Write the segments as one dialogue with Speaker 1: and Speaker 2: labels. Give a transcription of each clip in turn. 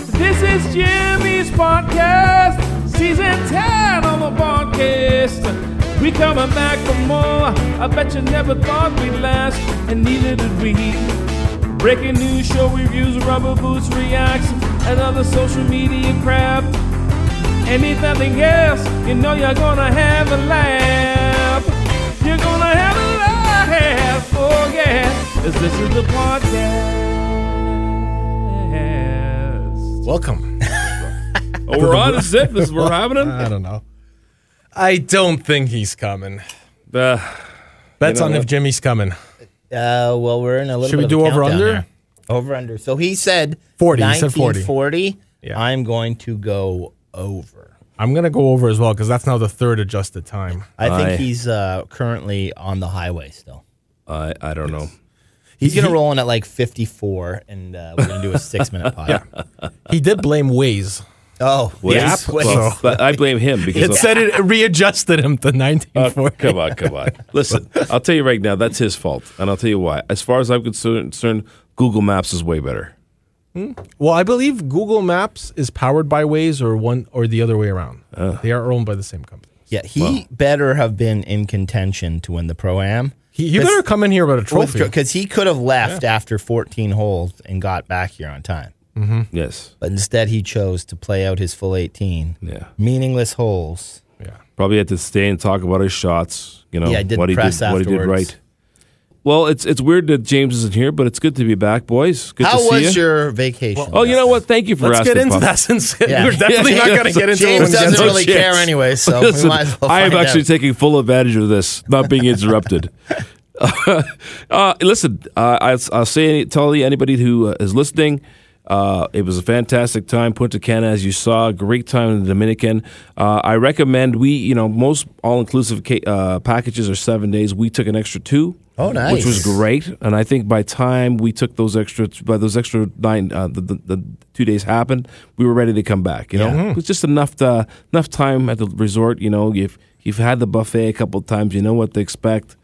Speaker 1: It's Jimmy's podcast, season 10 on the podcast. We coming back for more. I bet you never thought we'd last, and neither did we. Breaking news, show reviews, rubber boots reacts, and other social media crap. And if nothing else, you know you're gonna have a laugh. You're gonna have a laugh, oh yeah, 'cause this is the podcast.
Speaker 2: Welcome.
Speaker 1: Oh, we're on a zip. This is what's happening.
Speaker 2: I don't know. I don't think he's coming.
Speaker 1: Uh,
Speaker 2: That's
Speaker 1: You know
Speaker 2: on if
Speaker 1: what?
Speaker 2: Jimmy's coming.
Speaker 3: Uh, well, we're in a little.
Speaker 2: Should we
Speaker 3: bit of
Speaker 2: do
Speaker 3: a
Speaker 2: over
Speaker 3: countdown
Speaker 2: under?
Speaker 3: here. Over under. So he said
Speaker 2: 40, he said 40.
Speaker 3: 1940.
Speaker 2: Yeah.
Speaker 3: I'm going to go over.
Speaker 2: I'm gonna go over as well because that's now the third adjusted time.
Speaker 3: I
Speaker 1: Aye.
Speaker 3: think he's uh, currently on the highway still.
Speaker 1: I I don't know.
Speaker 3: He's gonna roll in at like 54, and uh, we're gonna do a six minute pod.
Speaker 2: He did blame Waze.
Speaker 3: Oh,
Speaker 1: Waze?
Speaker 3: yes,
Speaker 1: Well,
Speaker 3: Waze.
Speaker 1: but I blame him because
Speaker 2: It said it readjusted him to
Speaker 1: Uh,
Speaker 2: 1940.
Speaker 1: come on, come on. Listen, I'll tell you right now, that's his fault, and I'll tell you why. As far as I'm concerned, concerned, Google Maps is way better.
Speaker 2: Uh, Well, I believe Google Maps is powered by Waze or one or the other way around.
Speaker 3: Uh.
Speaker 2: They are owned by the same company.
Speaker 3: yeah, he better have been in contention to win the pro am.
Speaker 2: He, you better come in here with a trophy.
Speaker 3: because he could have left after 14 holes and got back here on time.
Speaker 1: Yes,
Speaker 3: But instead, he chose to play out his full 18.
Speaker 1: Yeah.
Speaker 3: Meaningless holes.
Speaker 2: yeah.
Speaker 4: Probably had to stay and talk about his shots. You know,
Speaker 3: Yeah, I did
Speaker 4: what he
Speaker 3: press
Speaker 4: did, what he did
Speaker 3: afterwards.
Speaker 4: right. Well, it's it's weird that James isn't here, but it's good to be back, boys. Good to
Speaker 3: How
Speaker 4: see
Speaker 3: was
Speaker 4: you.
Speaker 3: your vacation?
Speaker 4: oh, you know what? Thank you for
Speaker 2: Let's
Speaker 4: asking.
Speaker 2: get into
Speaker 4: Pop.
Speaker 2: that since
Speaker 3: Yeah.
Speaker 2: we're definitely
Speaker 4: Yeah.
Speaker 2: not going to get into
Speaker 3: James
Speaker 2: it. when we get
Speaker 3: doesn't
Speaker 2: to
Speaker 3: really
Speaker 2: it.
Speaker 3: care anyway, so we
Speaker 4: Listen,
Speaker 3: might as well
Speaker 4: I am
Speaker 3: find
Speaker 4: actually
Speaker 3: out.
Speaker 4: taking full advantage of this, not being interrupted. uh, listen, uh, I, I'll say tell anybody who uh, is listening. Uh, it was a fantastic time, Punta Cana, as you saw. Great time in the Dominican. Uh, I recommend we, you know, most all-inclusive ca- uh, packages are seven days. We took an extra two.
Speaker 3: Oh, nice.
Speaker 4: Which was great, and I think by time we took those extra, by those extra nine, uh, the, the, the two days happened, we were ready to come back. You know, it was just enough to, enough time at the resort. You know, if you've had the buffet a couple of times, you know what to expect.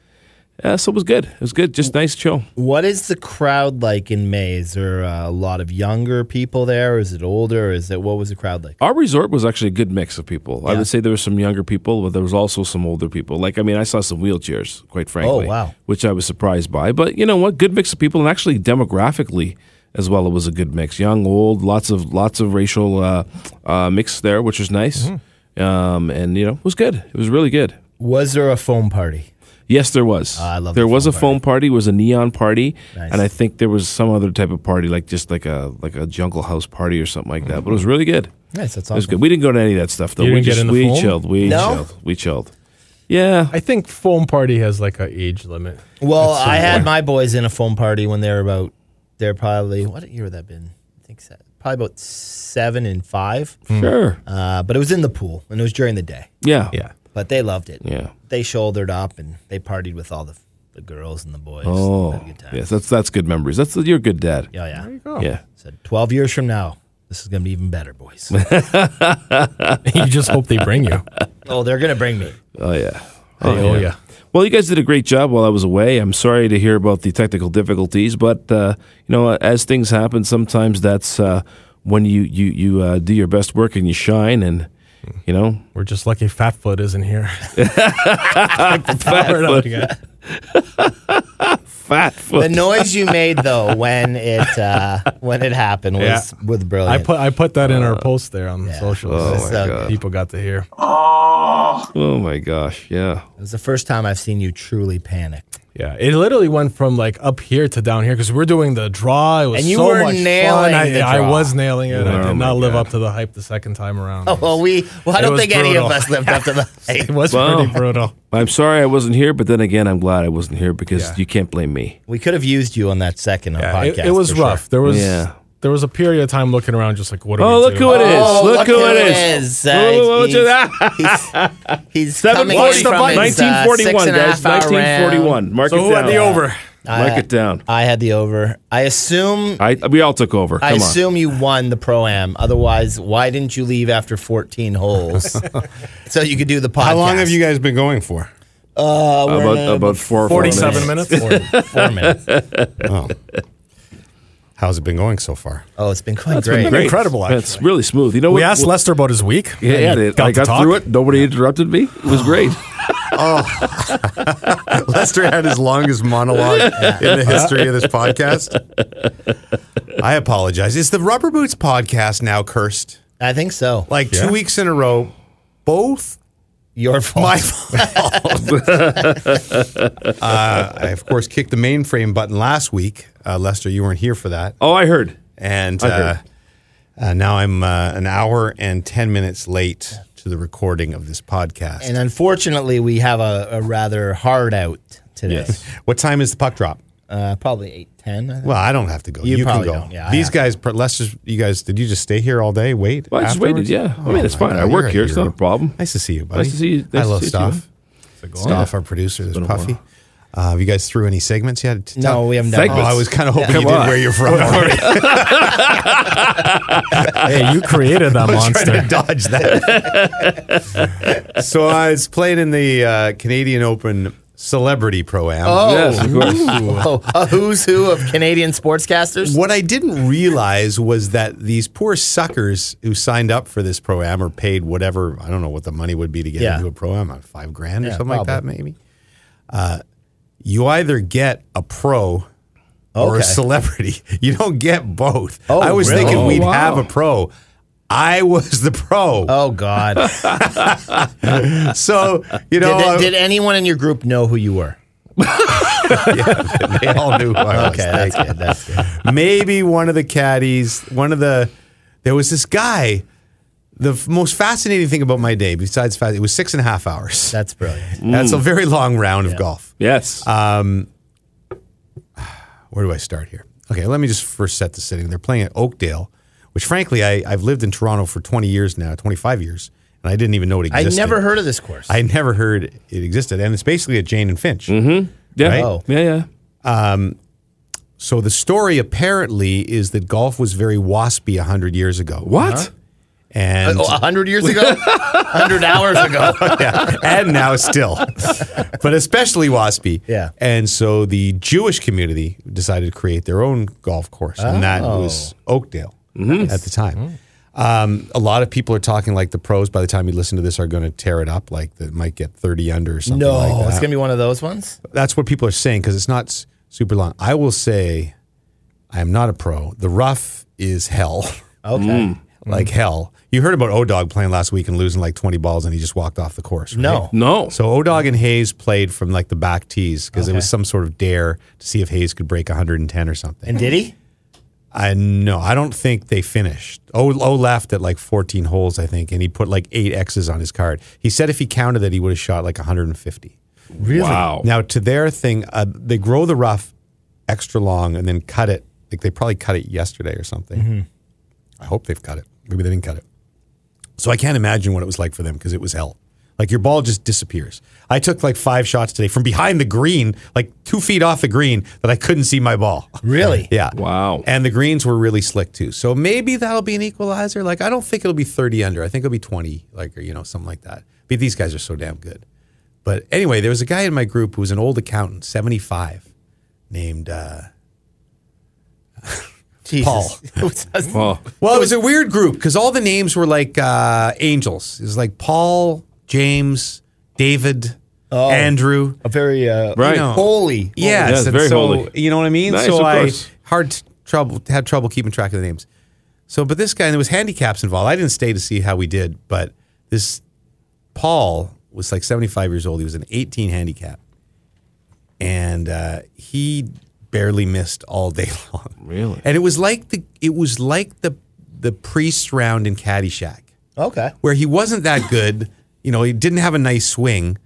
Speaker 4: Uh, so it was good. It was good. Just nice chill.
Speaker 3: What is the crowd like in May? Is there uh, a lot of younger people there? Or is it older? Or is it what was the crowd like?
Speaker 4: Our resort was actually a good mix of people. I
Speaker 3: Yeah.
Speaker 4: would say there were some younger people, but there was also some older people. Like, I mean, I saw some wheelchairs, quite frankly.
Speaker 3: Oh, wow.
Speaker 4: Which I was surprised by. But you know what? Good mix of people, and actually demographically as well, it was a good mix. Young, old, lots of lots of racial uh, uh, mix there, which was nice.
Speaker 3: Mm-hmm.
Speaker 4: Um, and you know, it was good. It was really good.
Speaker 3: Was there a foam party?
Speaker 4: Yes, there was.
Speaker 3: Ah, I love
Speaker 4: there
Speaker 3: the
Speaker 4: was
Speaker 3: foam
Speaker 4: a foam party. Was a neon party,
Speaker 3: Nice.
Speaker 4: and I think there was some other type of party, like just like a like a jungle house party or something like that.
Speaker 3: Mm-hmm.
Speaker 4: But it was really good.
Speaker 3: Nice, that's
Speaker 4: It was
Speaker 3: awesome.
Speaker 4: good. We didn't go to any of that stuff though.
Speaker 2: You
Speaker 4: we
Speaker 2: didn't get
Speaker 4: just
Speaker 2: in the
Speaker 4: we
Speaker 2: foam?
Speaker 4: chilled. We
Speaker 3: No?
Speaker 4: chilled. We chilled. Yeah.
Speaker 2: I think foam party has like an age limit.
Speaker 3: Well, I had my boys in a foam party when they were about. They're probably what year would that been? I think so, probably about seven and five.
Speaker 4: Sure.
Speaker 3: Uh, but it was in the pool and it was during the day.
Speaker 4: Yeah.
Speaker 2: Yeah.
Speaker 3: But they loved it.
Speaker 4: Yeah.
Speaker 3: They shouldered up and they partied with all the, the girls and the boys. Had
Speaker 4: Oh.
Speaker 3: a good time.
Speaker 4: Yes, that's that's good memories. That's you're a good dad.
Speaker 3: Yeah, yeah.
Speaker 2: Oh.
Speaker 4: Yeah.
Speaker 3: Said 12 years from now, this is going to be even better, boys.
Speaker 2: you just hope they bring you.
Speaker 3: oh, they're going to bring me.
Speaker 4: Oh yeah.
Speaker 2: Oh, yeah.
Speaker 4: Well, you guys did a great job while I was away. I'm sorry to hear about the technical difficulties, but uh, you know, as things happen, sometimes that's uh, when you you you uh, do your best work and you shine, and you know,
Speaker 2: We're just lucky Fatfoot isn't here.
Speaker 4: fat foot, fat
Speaker 3: The
Speaker 4: foot.
Speaker 3: noise you made, though, when it uh, when it happened was,
Speaker 2: Yeah.
Speaker 3: was
Speaker 2: I
Speaker 3: brilliant.
Speaker 2: put I put that in
Speaker 4: Uh,
Speaker 2: our post there on socials.
Speaker 3: Oh, my
Speaker 2: So
Speaker 3: God.
Speaker 2: People got to hear.
Speaker 4: Oh my gosh, yeah.
Speaker 3: it was the first time I've seen you truly panic.
Speaker 2: Yeah, it literally went from like up here to down here because we're doing the draw. It was
Speaker 3: And you
Speaker 2: so
Speaker 3: were
Speaker 2: much
Speaker 3: nailing
Speaker 2: fun. I,
Speaker 3: the
Speaker 2: I
Speaker 3: draw.
Speaker 2: was nailing it. I
Speaker 4: Oh,
Speaker 2: did
Speaker 4: my
Speaker 2: not live
Speaker 4: God.
Speaker 2: up to the hype the second time around.
Speaker 3: Oh, well, we, well I
Speaker 2: It
Speaker 3: don't
Speaker 2: was
Speaker 3: think any of
Speaker 2: brutal.
Speaker 3: us lived up to the
Speaker 2: it was
Speaker 4: Wow.
Speaker 2: pretty brutal.
Speaker 4: I'm sorry I wasn't here, but then again, I'm glad I wasn't here because
Speaker 2: Yeah.
Speaker 4: you can't blame me.
Speaker 3: We could have used you on that second
Speaker 2: Yeah,
Speaker 3: podcast.
Speaker 2: it, it was
Speaker 3: for sure.
Speaker 2: rough. There was
Speaker 4: Yeah.
Speaker 2: there was a period of time looking around, just like what? Do
Speaker 4: Oh,
Speaker 2: we
Speaker 4: look
Speaker 2: do?
Speaker 4: who it is!
Speaker 3: Oh,
Speaker 4: look, who, it is!
Speaker 3: Uh,
Speaker 4: Whoa, whoa, whoa,
Speaker 3: he's,
Speaker 4: just-
Speaker 3: he's, he's coming in
Speaker 4: 740,
Speaker 3: from his, uh, six
Speaker 4: 1941,
Speaker 3: and a
Speaker 4: guys.
Speaker 3: half hour round.
Speaker 4: 1941. Mark
Speaker 2: So
Speaker 4: it
Speaker 2: who
Speaker 4: down.
Speaker 2: had the over?
Speaker 4: Mark it down.
Speaker 3: I had the over. I assume
Speaker 4: I, we all took over. Come
Speaker 3: I
Speaker 4: on.
Speaker 3: assume you won the pro am. Otherwise, why didn't you leave after 14 holes so you could do the podcast?
Speaker 5: How long have you guys been going for?
Speaker 3: Uh, we're
Speaker 4: about
Speaker 3: in a-
Speaker 4: about four or five
Speaker 2: 47
Speaker 4: minutes.
Speaker 2: minutes.
Speaker 3: Four, four minutes.
Speaker 5: Oh. How's it been going so far?
Speaker 3: Oh, it's been quite
Speaker 4: That's
Speaker 3: great.
Speaker 4: been great.
Speaker 2: Incredible,
Speaker 4: It's really smooth. You know,
Speaker 2: We
Speaker 4: what-
Speaker 2: asked
Speaker 4: what-
Speaker 2: Lester about his week.
Speaker 4: Yeah, yeah,
Speaker 2: and he
Speaker 4: it- I
Speaker 2: to
Speaker 4: got
Speaker 2: talk.
Speaker 4: through it. Nobody interrupted me. It was great.
Speaker 5: Lester had his longest monologue in the history of this podcast. I apologize. Is the Rubber Boots podcast now cursed?
Speaker 3: I think so.
Speaker 5: Like two weeks in a row, both
Speaker 3: Your fault.
Speaker 5: my fault. uh, I, of course, kicked the mainframe button last week. Uh, Lester, you weren't here for that.
Speaker 4: Oh, I heard.
Speaker 5: And
Speaker 4: I heard.
Speaker 5: uh, uh, now I'm uh, an hour and 10 minutes late to the recording of this podcast.
Speaker 3: and unfortunately, we have a, a rather hard out today.
Speaker 4: Yes.
Speaker 5: what time is the puck drop?
Speaker 3: Uh, probably eight ten. I think.
Speaker 5: Well, I don't have to go.
Speaker 3: You
Speaker 5: You, can
Speaker 3: probably
Speaker 5: go.
Speaker 3: don't. Yeah, I
Speaker 5: These
Speaker 3: have to.
Speaker 5: guys, Lester's, you guys, did you just stay here all day? Wait.
Speaker 4: Well, I just waited.
Speaker 5: afterwards? Oh
Speaker 4: Yeah. I mean, it's
Speaker 5: my
Speaker 4: fine.
Speaker 5: God,
Speaker 4: I
Speaker 5: you're
Speaker 4: work here. It's not a
Speaker 5: hero.
Speaker 4: problem.
Speaker 5: Nice to see you, buddy.
Speaker 4: Nice to see you. Nice
Speaker 5: I
Speaker 4: to
Speaker 5: love
Speaker 4: see you, too.
Speaker 5: Staff. Staff, our producer, there's
Speaker 4: been a while.
Speaker 5: Puffy. Uh, have you guys threw any segments yet? to
Speaker 3: no,
Speaker 5: tell-
Speaker 3: we haven't done.
Speaker 4: Thank
Speaker 5: Oh,
Speaker 4: you.
Speaker 3: that.
Speaker 5: I was kind of hoping
Speaker 4: Come
Speaker 5: you did
Speaker 4: on.
Speaker 5: where you're from. already.
Speaker 2: Hey, you created that
Speaker 5: trying to
Speaker 2: monster.
Speaker 5: dodge that. so I was playing in the uh, Canadian Open Celebrity Pro Am.
Speaker 4: Yes, of course.
Speaker 3: Oh, a who's who of Canadian sportscasters.
Speaker 5: What I didn't realize was that these poor suckers who signed up for this pro am or paid whatever I don't know what the money would be to get
Speaker 3: Yeah.
Speaker 5: into a pro am, five grand or
Speaker 3: Yeah,
Speaker 5: something like that,
Speaker 3: probably.
Speaker 5: maybe. Uh, you either get a pro or
Speaker 3: Okay.
Speaker 5: a celebrity. You don't get both.
Speaker 3: Oh,
Speaker 5: I was
Speaker 3: really?
Speaker 5: thinking
Speaker 4: Oh,
Speaker 5: we'd
Speaker 4: wow.
Speaker 5: have a pro. I was the pro.
Speaker 3: Oh God! did,
Speaker 5: So you know uh,
Speaker 3: did-
Speaker 5: I-
Speaker 3: did anyone in your group know who you were?
Speaker 5: they all knew who I was.
Speaker 3: Okay, that's good. That's good.
Speaker 5: maybe one of the caddies, one of the, there was this guy. The f- most fascinating thing about my day, besides fact, it was six and a half hours.
Speaker 3: That's brilliant.
Speaker 5: That's a very long round of golf.
Speaker 4: Yes.
Speaker 5: Where do I start here? Okay, let me just first set the setting. They're playing at Oakdale, which frankly, I, I've lived in Toronto for 20 years now, 25 years, and I didn't even know it
Speaker 3: I
Speaker 5: existed.
Speaker 3: never heard of this course.
Speaker 5: I never heard it existed, and it's basically a Jane and Finch.
Speaker 4: yeah.
Speaker 5: right?
Speaker 3: Oh.
Speaker 4: Yeah, yeah.
Speaker 5: So the story apparently is that golf was very waspy 100 years ago.
Speaker 4: What?
Speaker 5: And
Speaker 3: Oh, a hundred years ago, hundred hours ago.
Speaker 5: yeah. And now still. but especially waspy.
Speaker 3: Yeah.
Speaker 5: And so the Jewish community decided to create their own golf course, and that
Speaker 3: Oh. Mm-hmm.
Speaker 5: was Oakdale at the time. Um, a lot of people are talking like the pros by the time you listen to this are going to tear it up, like that might get 30 under or something
Speaker 3: No,
Speaker 5: like that.
Speaker 3: it's gonna be one of those ones.
Speaker 5: That's what people are saying because it's not s- super long. I will say I am not a pro. The rough is hell.
Speaker 3: Okay.
Speaker 5: Like
Speaker 3: Mm.
Speaker 5: hell. You heard about O Dog playing last week and losing like 20 balls and he just walked off the course. right?
Speaker 3: No.
Speaker 4: No.
Speaker 5: So Odog and Hayes played from like the back tees because it was some sort of dare to see if Hayes could break 110 or something.
Speaker 3: And did he?
Speaker 5: I no, I don't think they finished. O, o left at like 14 holes, I think, and he put like eight X's on his card. He said if he counted that, he would have shot like 150.
Speaker 4: really? Wow.
Speaker 5: Now to their thing, uh, they grow the rough extra long and then cut it. Like they probably cut it yesterday or something. I hope they've cut it. Maybe they didn't cut it. So I can't imagine what it was like for them because it was hell. Like your ball just disappears. I took like five shots today from behind the green, like two feet off the green, that I couldn't see my ball.
Speaker 3: Really?
Speaker 5: Yeah.
Speaker 4: Wow.
Speaker 5: And the greens were really slick too. So maybe that'll be an equalizer. Like I don't think it'll be 30 under. I think it'll be 20, like or you know, something like that. But these guys are so damn good. But anyway, there was a guy in my group who was an old accountant, 75, named uh
Speaker 3: Jesus. Paul.
Speaker 4: Wow.
Speaker 5: Well, it was a weird group because all the names were like uh angels. It was like Paul, James, David,
Speaker 3: Oh.
Speaker 5: Andrew.
Speaker 3: a very uh,
Speaker 4: Right.
Speaker 3: holy.
Speaker 5: Yes,
Speaker 4: Yes,
Speaker 5: and
Speaker 4: very
Speaker 5: so
Speaker 4: holy.
Speaker 5: you know what I mean.
Speaker 4: Nice,
Speaker 5: so
Speaker 4: of
Speaker 5: I
Speaker 4: course.
Speaker 5: hard t- trouble had trouble keeping track of the names. So, but this guy and there was handicaps involved. I didn't stay to see how we did, but this Paul was like seventy five years old. He was an eighteen handicap, and uh, he barely missed all day long.
Speaker 4: Really?
Speaker 5: and it was like the it was like the the priest round in Caddyshack
Speaker 3: Okay.
Speaker 5: where he wasn't that good. You know, he didn't have a nice swing,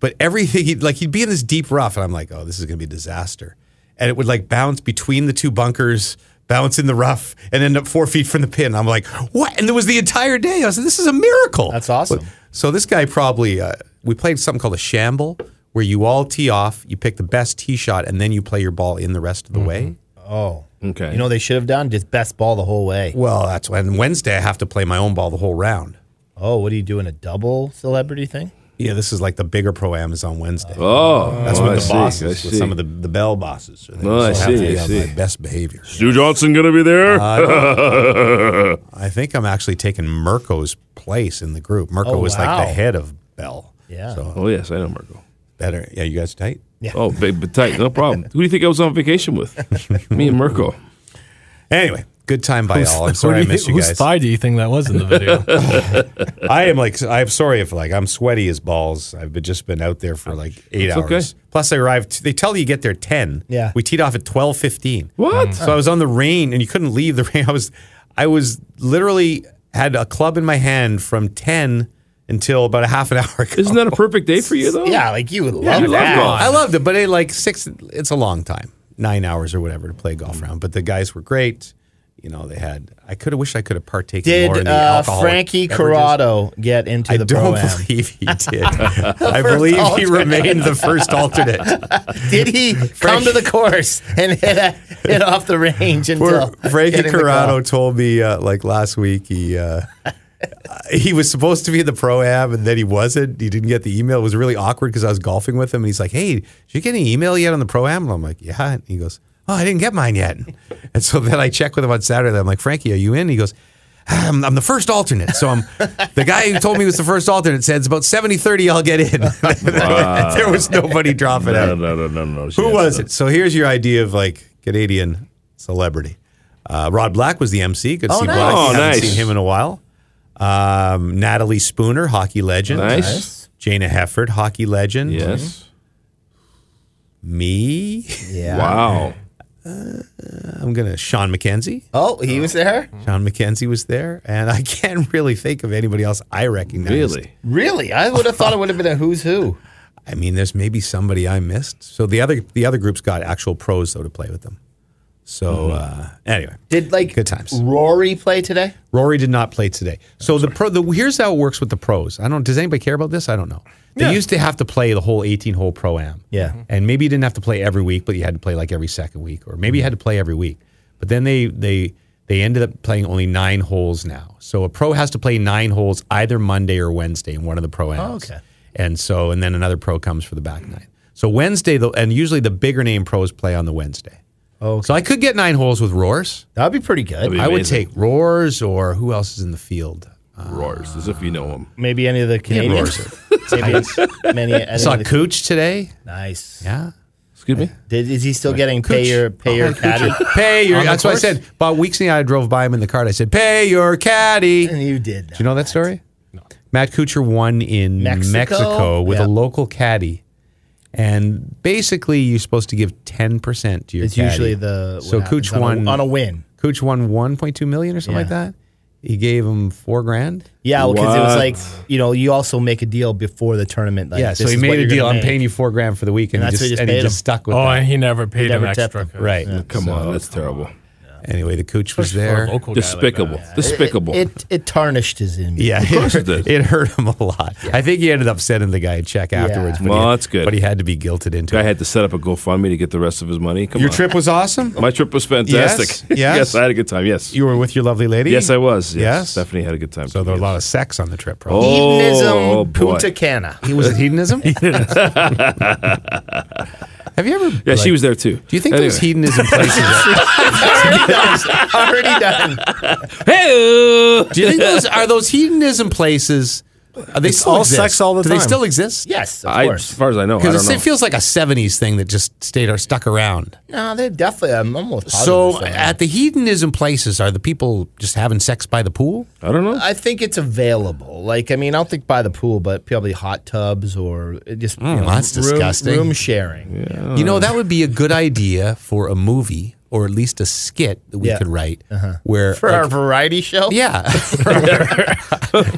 Speaker 5: but everything he'd like he'd be in this deep rough, and I'm like, oh, this is gonna be a disaster. And it would like bounce between the two bunkers, bounce in the rough, and end up four feet from the pin. I'm like, what? And there was the entire day. I was like, this is a miracle.
Speaker 3: That's awesome.
Speaker 5: But- so this guy probably uh, we played something called a shamble, where you all tee off, you pick the best tee shot, and then you play your ball in the rest of the way.
Speaker 3: Oh.
Speaker 4: Okay.
Speaker 3: You know what they should have done just best ball the whole way.
Speaker 5: Well, that's when Wednesday I have to play my own ball the whole round.
Speaker 3: Oh, what are you doing? A double celebrity thing?
Speaker 5: Yeah, this is like the bigger pro am is on Wednesday.
Speaker 4: Oh,
Speaker 5: That's
Speaker 4: oh,
Speaker 5: what
Speaker 4: I
Speaker 5: the
Speaker 4: see, I
Speaker 5: bosses, with
Speaker 4: see.
Speaker 5: some of the, the bell bosses. They
Speaker 4: Oh, I
Speaker 5: just have
Speaker 4: see,
Speaker 5: to be
Speaker 4: I
Speaker 5: on
Speaker 4: see.
Speaker 5: my best behavior.
Speaker 4: Stu Johnson gonna be there?
Speaker 5: I think I'm actually taking Mirko's place in the group. Mirko
Speaker 3: Oh,
Speaker 5: was
Speaker 3: wow.
Speaker 5: like the head of Bell.
Speaker 3: Yeah.
Speaker 5: So
Speaker 4: oh yes, I know Marco.
Speaker 5: better. Yeah, you guys tight?
Speaker 4: Oh, big but tight, no problem. Who do you think I was on vacation with? Me and Mirko.
Speaker 5: Anyway, good time by
Speaker 3: Oh,
Speaker 5: all. I'm
Speaker 2: Who do
Speaker 5: sorry I
Speaker 2: you
Speaker 5: missed
Speaker 2: think-
Speaker 5: you
Speaker 2: whose
Speaker 5: guys.
Speaker 2: thigh do you think that was in the video?
Speaker 5: I am like, I'm sorry if like I'm sweaty as balls. I've been, just been out there for like eight
Speaker 4: It's
Speaker 5: hours.
Speaker 4: okay.
Speaker 5: Plus, I arrived. They tell you you get there ten.
Speaker 3: Yeah.
Speaker 5: we teed off at twelve fifteen.
Speaker 4: What?
Speaker 5: So I was on the rain, and you couldn't leave the rain. I was, I was literally had a club in my hand from ten until about a half an hour. Ago.
Speaker 4: Isn't that a perfect day for you though?
Speaker 3: Yeah, like you would love
Speaker 4: you love
Speaker 3: that.
Speaker 4: golf.
Speaker 5: I loved it, but it like six. It's a long time, nine hours or whatever to play a
Speaker 4: Mm.
Speaker 5: golf round. But the guys were great. You know, they had. I could have wished I could have partaken more in
Speaker 3: Did
Speaker 5: the
Speaker 3: uh,
Speaker 5: alcoholic
Speaker 3: Frankie
Speaker 5: beverages.
Speaker 3: Corrado get into
Speaker 5: I
Speaker 3: the
Speaker 5: don't
Speaker 3: pro am?
Speaker 5: believe he did. I believe he
Speaker 3: alternate.
Speaker 5: remained the first alternate.
Speaker 3: Did he come to the course and hit, a, hit off the range
Speaker 5: Poor
Speaker 3: until
Speaker 5: Frankie
Speaker 3: getting the
Speaker 5: Corrado
Speaker 3: call?
Speaker 5: told me uh, like last week he uh, he was supposed to be in the pro am and then he wasn't. He didn't get the email. It was really awkward because I was golfing with him and he's like, "Hey, did you get any email yet on the pro am?" And I'm like, "Yeah." And he goes, "Oh, I didn't get mine yet." and so then I check with him on Saturday. I'm like, "Frankie, are you in?" He goes. "Um, I'm, I'm the first alternate. So I'm the guy who told me he was the first alternate said it's about 70 30 I'll get in. there was nobody dropping out.
Speaker 4: No, no, no, no, no.
Speaker 5: Who was it? So here's your idea of like Canadian celebrity. Uh, Rod Black was the MC. Good to
Speaker 3: Oh,
Speaker 5: see
Speaker 3: nice.
Speaker 5: Black.
Speaker 4: Oh,
Speaker 5: Haven't
Speaker 4: nice.
Speaker 5: seen him in a while. Um, Natalie Spooner, hockey legend.
Speaker 4: Nice.
Speaker 3: Nice.
Speaker 5: Jana Hefford, hockey legend.
Speaker 4: Yes.
Speaker 5: Me.
Speaker 3: Yeah.
Speaker 4: Wow.
Speaker 5: I'm gonna Sean McKenzie.
Speaker 3: Oh, he was there?
Speaker 5: Sean McKenzie was there, and I can't really think of anybody else I recognize.
Speaker 4: Really?
Speaker 3: Really? I would have thought it would have been a who's who.
Speaker 5: I mean, there's maybe somebody I missed. So the other the other group's got actual pros though to play with them. So
Speaker 4: Mm-hmm.
Speaker 5: uh, anyway,
Speaker 3: Did like
Speaker 5: Good times.
Speaker 3: Rory play today?
Speaker 5: Rory did not play today. So the pro, the, here's how it works with the pros. I don't. Does anybody care about this? I don't know. They used to have to play the whole 18 hole pro am.
Speaker 3: Yeah. Mhm.
Speaker 5: And maybe you didn't have to play every week, but you had to play like every second week, or
Speaker 3: Mm-hmm.
Speaker 5: maybe you had to play every week. But then they they they ended up playing only nine holes now. So a pro has to play nine holes either Monday or Wednesday in one of the pro ams.
Speaker 3: Oh, okay.
Speaker 5: And so and then another pro comes for the back nine. So Wednesday, the, and usually the bigger name pros play on the Wednesday. Oh. So I could get nine holes with Roars.
Speaker 3: That'd be pretty good.
Speaker 4: be-
Speaker 5: I would
Speaker 4: amazing.
Speaker 5: take Roars or who else is in the field?
Speaker 4: Roars, as if you know him.
Speaker 3: Maybe any of the Canadians. Maybe it's many.
Speaker 5: I saw Cooch today.
Speaker 3: Nice.
Speaker 5: Yeah.
Speaker 4: Excuse me.
Speaker 3: Did, is he still getting pay
Speaker 5: Oh,
Speaker 3: your pay your caddy?
Speaker 5: Pay your.
Speaker 3: On the
Speaker 5: That's what I
Speaker 3: course?
Speaker 5: said. About weeks ago, I drove by him in the car. And I said, "Pay your caddy." Do
Speaker 3: And you did.
Speaker 5: you know that story? No. Matt Kuchar won in
Speaker 3: Mexico?
Speaker 5: Mexico, with
Speaker 3: Yeah.
Speaker 5: a local caddy, and basically, you're supposed to give ten percent to your.
Speaker 3: It's
Speaker 5: caddy.
Speaker 3: usually the what
Speaker 5: So
Speaker 3: happens
Speaker 5: Cooch
Speaker 3: on a-
Speaker 5: won
Speaker 3: on a win.
Speaker 5: Cooch won 1.2 million or something
Speaker 3: Yeah.
Speaker 5: like that. He gave him four grand.
Speaker 3: Yeah, because it was
Speaker 4: What?
Speaker 3: like you know you also make a deal before the tournament. Like,
Speaker 5: yeah, so
Speaker 3: this
Speaker 5: he
Speaker 3: is what
Speaker 5: made a
Speaker 3: you're
Speaker 5: deal.
Speaker 3: gonna
Speaker 5: I'm
Speaker 3: make.
Speaker 5: paying you four grand for the week, and,
Speaker 3: And
Speaker 5: he
Speaker 3: that's what
Speaker 5: just,
Speaker 3: he just
Speaker 5: and he
Speaker 3: paid
Speaker 5: just
Speaker 3: him.
Speaker 5: stuck with
Speaker 2: oh,
Speaker 5: that.
Speaker 2: and he never paid
Speaker 3: never
Speaker 2: an
Speaker 3: tipped
Speaker 2: extra.
Speaker 3: him.
Speaker 2: cause-
Speaker 5: right.
Speaker 4: Come on, that's terrible.
Speaker 5: Anyway, the Cooch was
Speaker 2: for a
Speaker 5: there.
Speaker 2: local guy like that.
Speaker 4: Despicable. Despicable.
Speaker 3: It, it it tarnished his image.
Speaker 5: Yeah, of
Speaker 4: course it
Speaker 5: it,
Speaker 4: did.
Speaker 5: hurt him a lot. I think he ended up sending the guy a check afterwards. but
Speaker 4: Well,
Speaker 5: he-
Speaker 4: that's good.
Speaker 5: But he had to be guilted into
Speaker 4: I
Speaker 5: it.
Speaker 4: had to set up a GoFundMe to get the rest of his money. Come
Speaker 5: Your
Speaker 4: on.
Speaker 5: trip was awesome.
Speaker 4: My trip was fantastic.
Speaker 5: Yes, yes.
Speaker 4: I had a good time. Yes.
Speaker 5: You were with your lovely lady.
Speaker 4: yes, I was. Yes.
Speaker 5: Yes.
Speaker 4: Stephanie had a good time.
Speaker 5: So there was
Speaker 4: was
Speaker 5: a lot of sex on the trip. Probably.
Speaker 3: Hedonism,
Speaker 4: Oh, oh, boy.
Speaker 3: Punta Cana.
Speaker 5: He was it hedonism. Have you ever?
Speaker 4: Yeah, she was there too.
Speaker 5: Do you think
Speaker 4: anyway.
Speaker 5: those hedonism places? Are,
Speaker 3: already done. Already done.
Speaker 4: Hey!
Speaker 5: do you think those are those hedonism places? Are they still
Speaker 2: all
Speaker 5: exist?
Speaker 2: sex all the
Speaker 5: do they
Speaker 2: time.
Speaker 5: still exist?
Speaker 3: Yes, of
Speaker 4: I, as
Speaker 3: course.
Speaker 4: far as I know, I don't
Speaker 5: Because
Speaker 4: know.
Speaker 5: it feels like a '70s thing that just stayed or stuck around.
Speaker 3: No, they're definitely. I'm almost positive
Speaker 5: So
Speaker 3: there's something.
Speaker 5: at the hedonism places, are the people just having sex by the pool?
Speaker 4: I don't know.
Speaker 3: I think it's available. Like, I mean, I don't think by the pool, but probably hot tubs or it just you know,
Speaker 5: Mm, that's
Speaker 3: room-
Speaker 5: disgusting.
Speaker 3: Room sharing.
Speaker 5: You know, that would be a good idea for a movie or at least a skit that we
Speaker 3: Yeah.
Speaker 5: could write where
Speaker 3: For
Speaker 5: like,
Speaker 3: our variety show?
Speaker 5: yeah,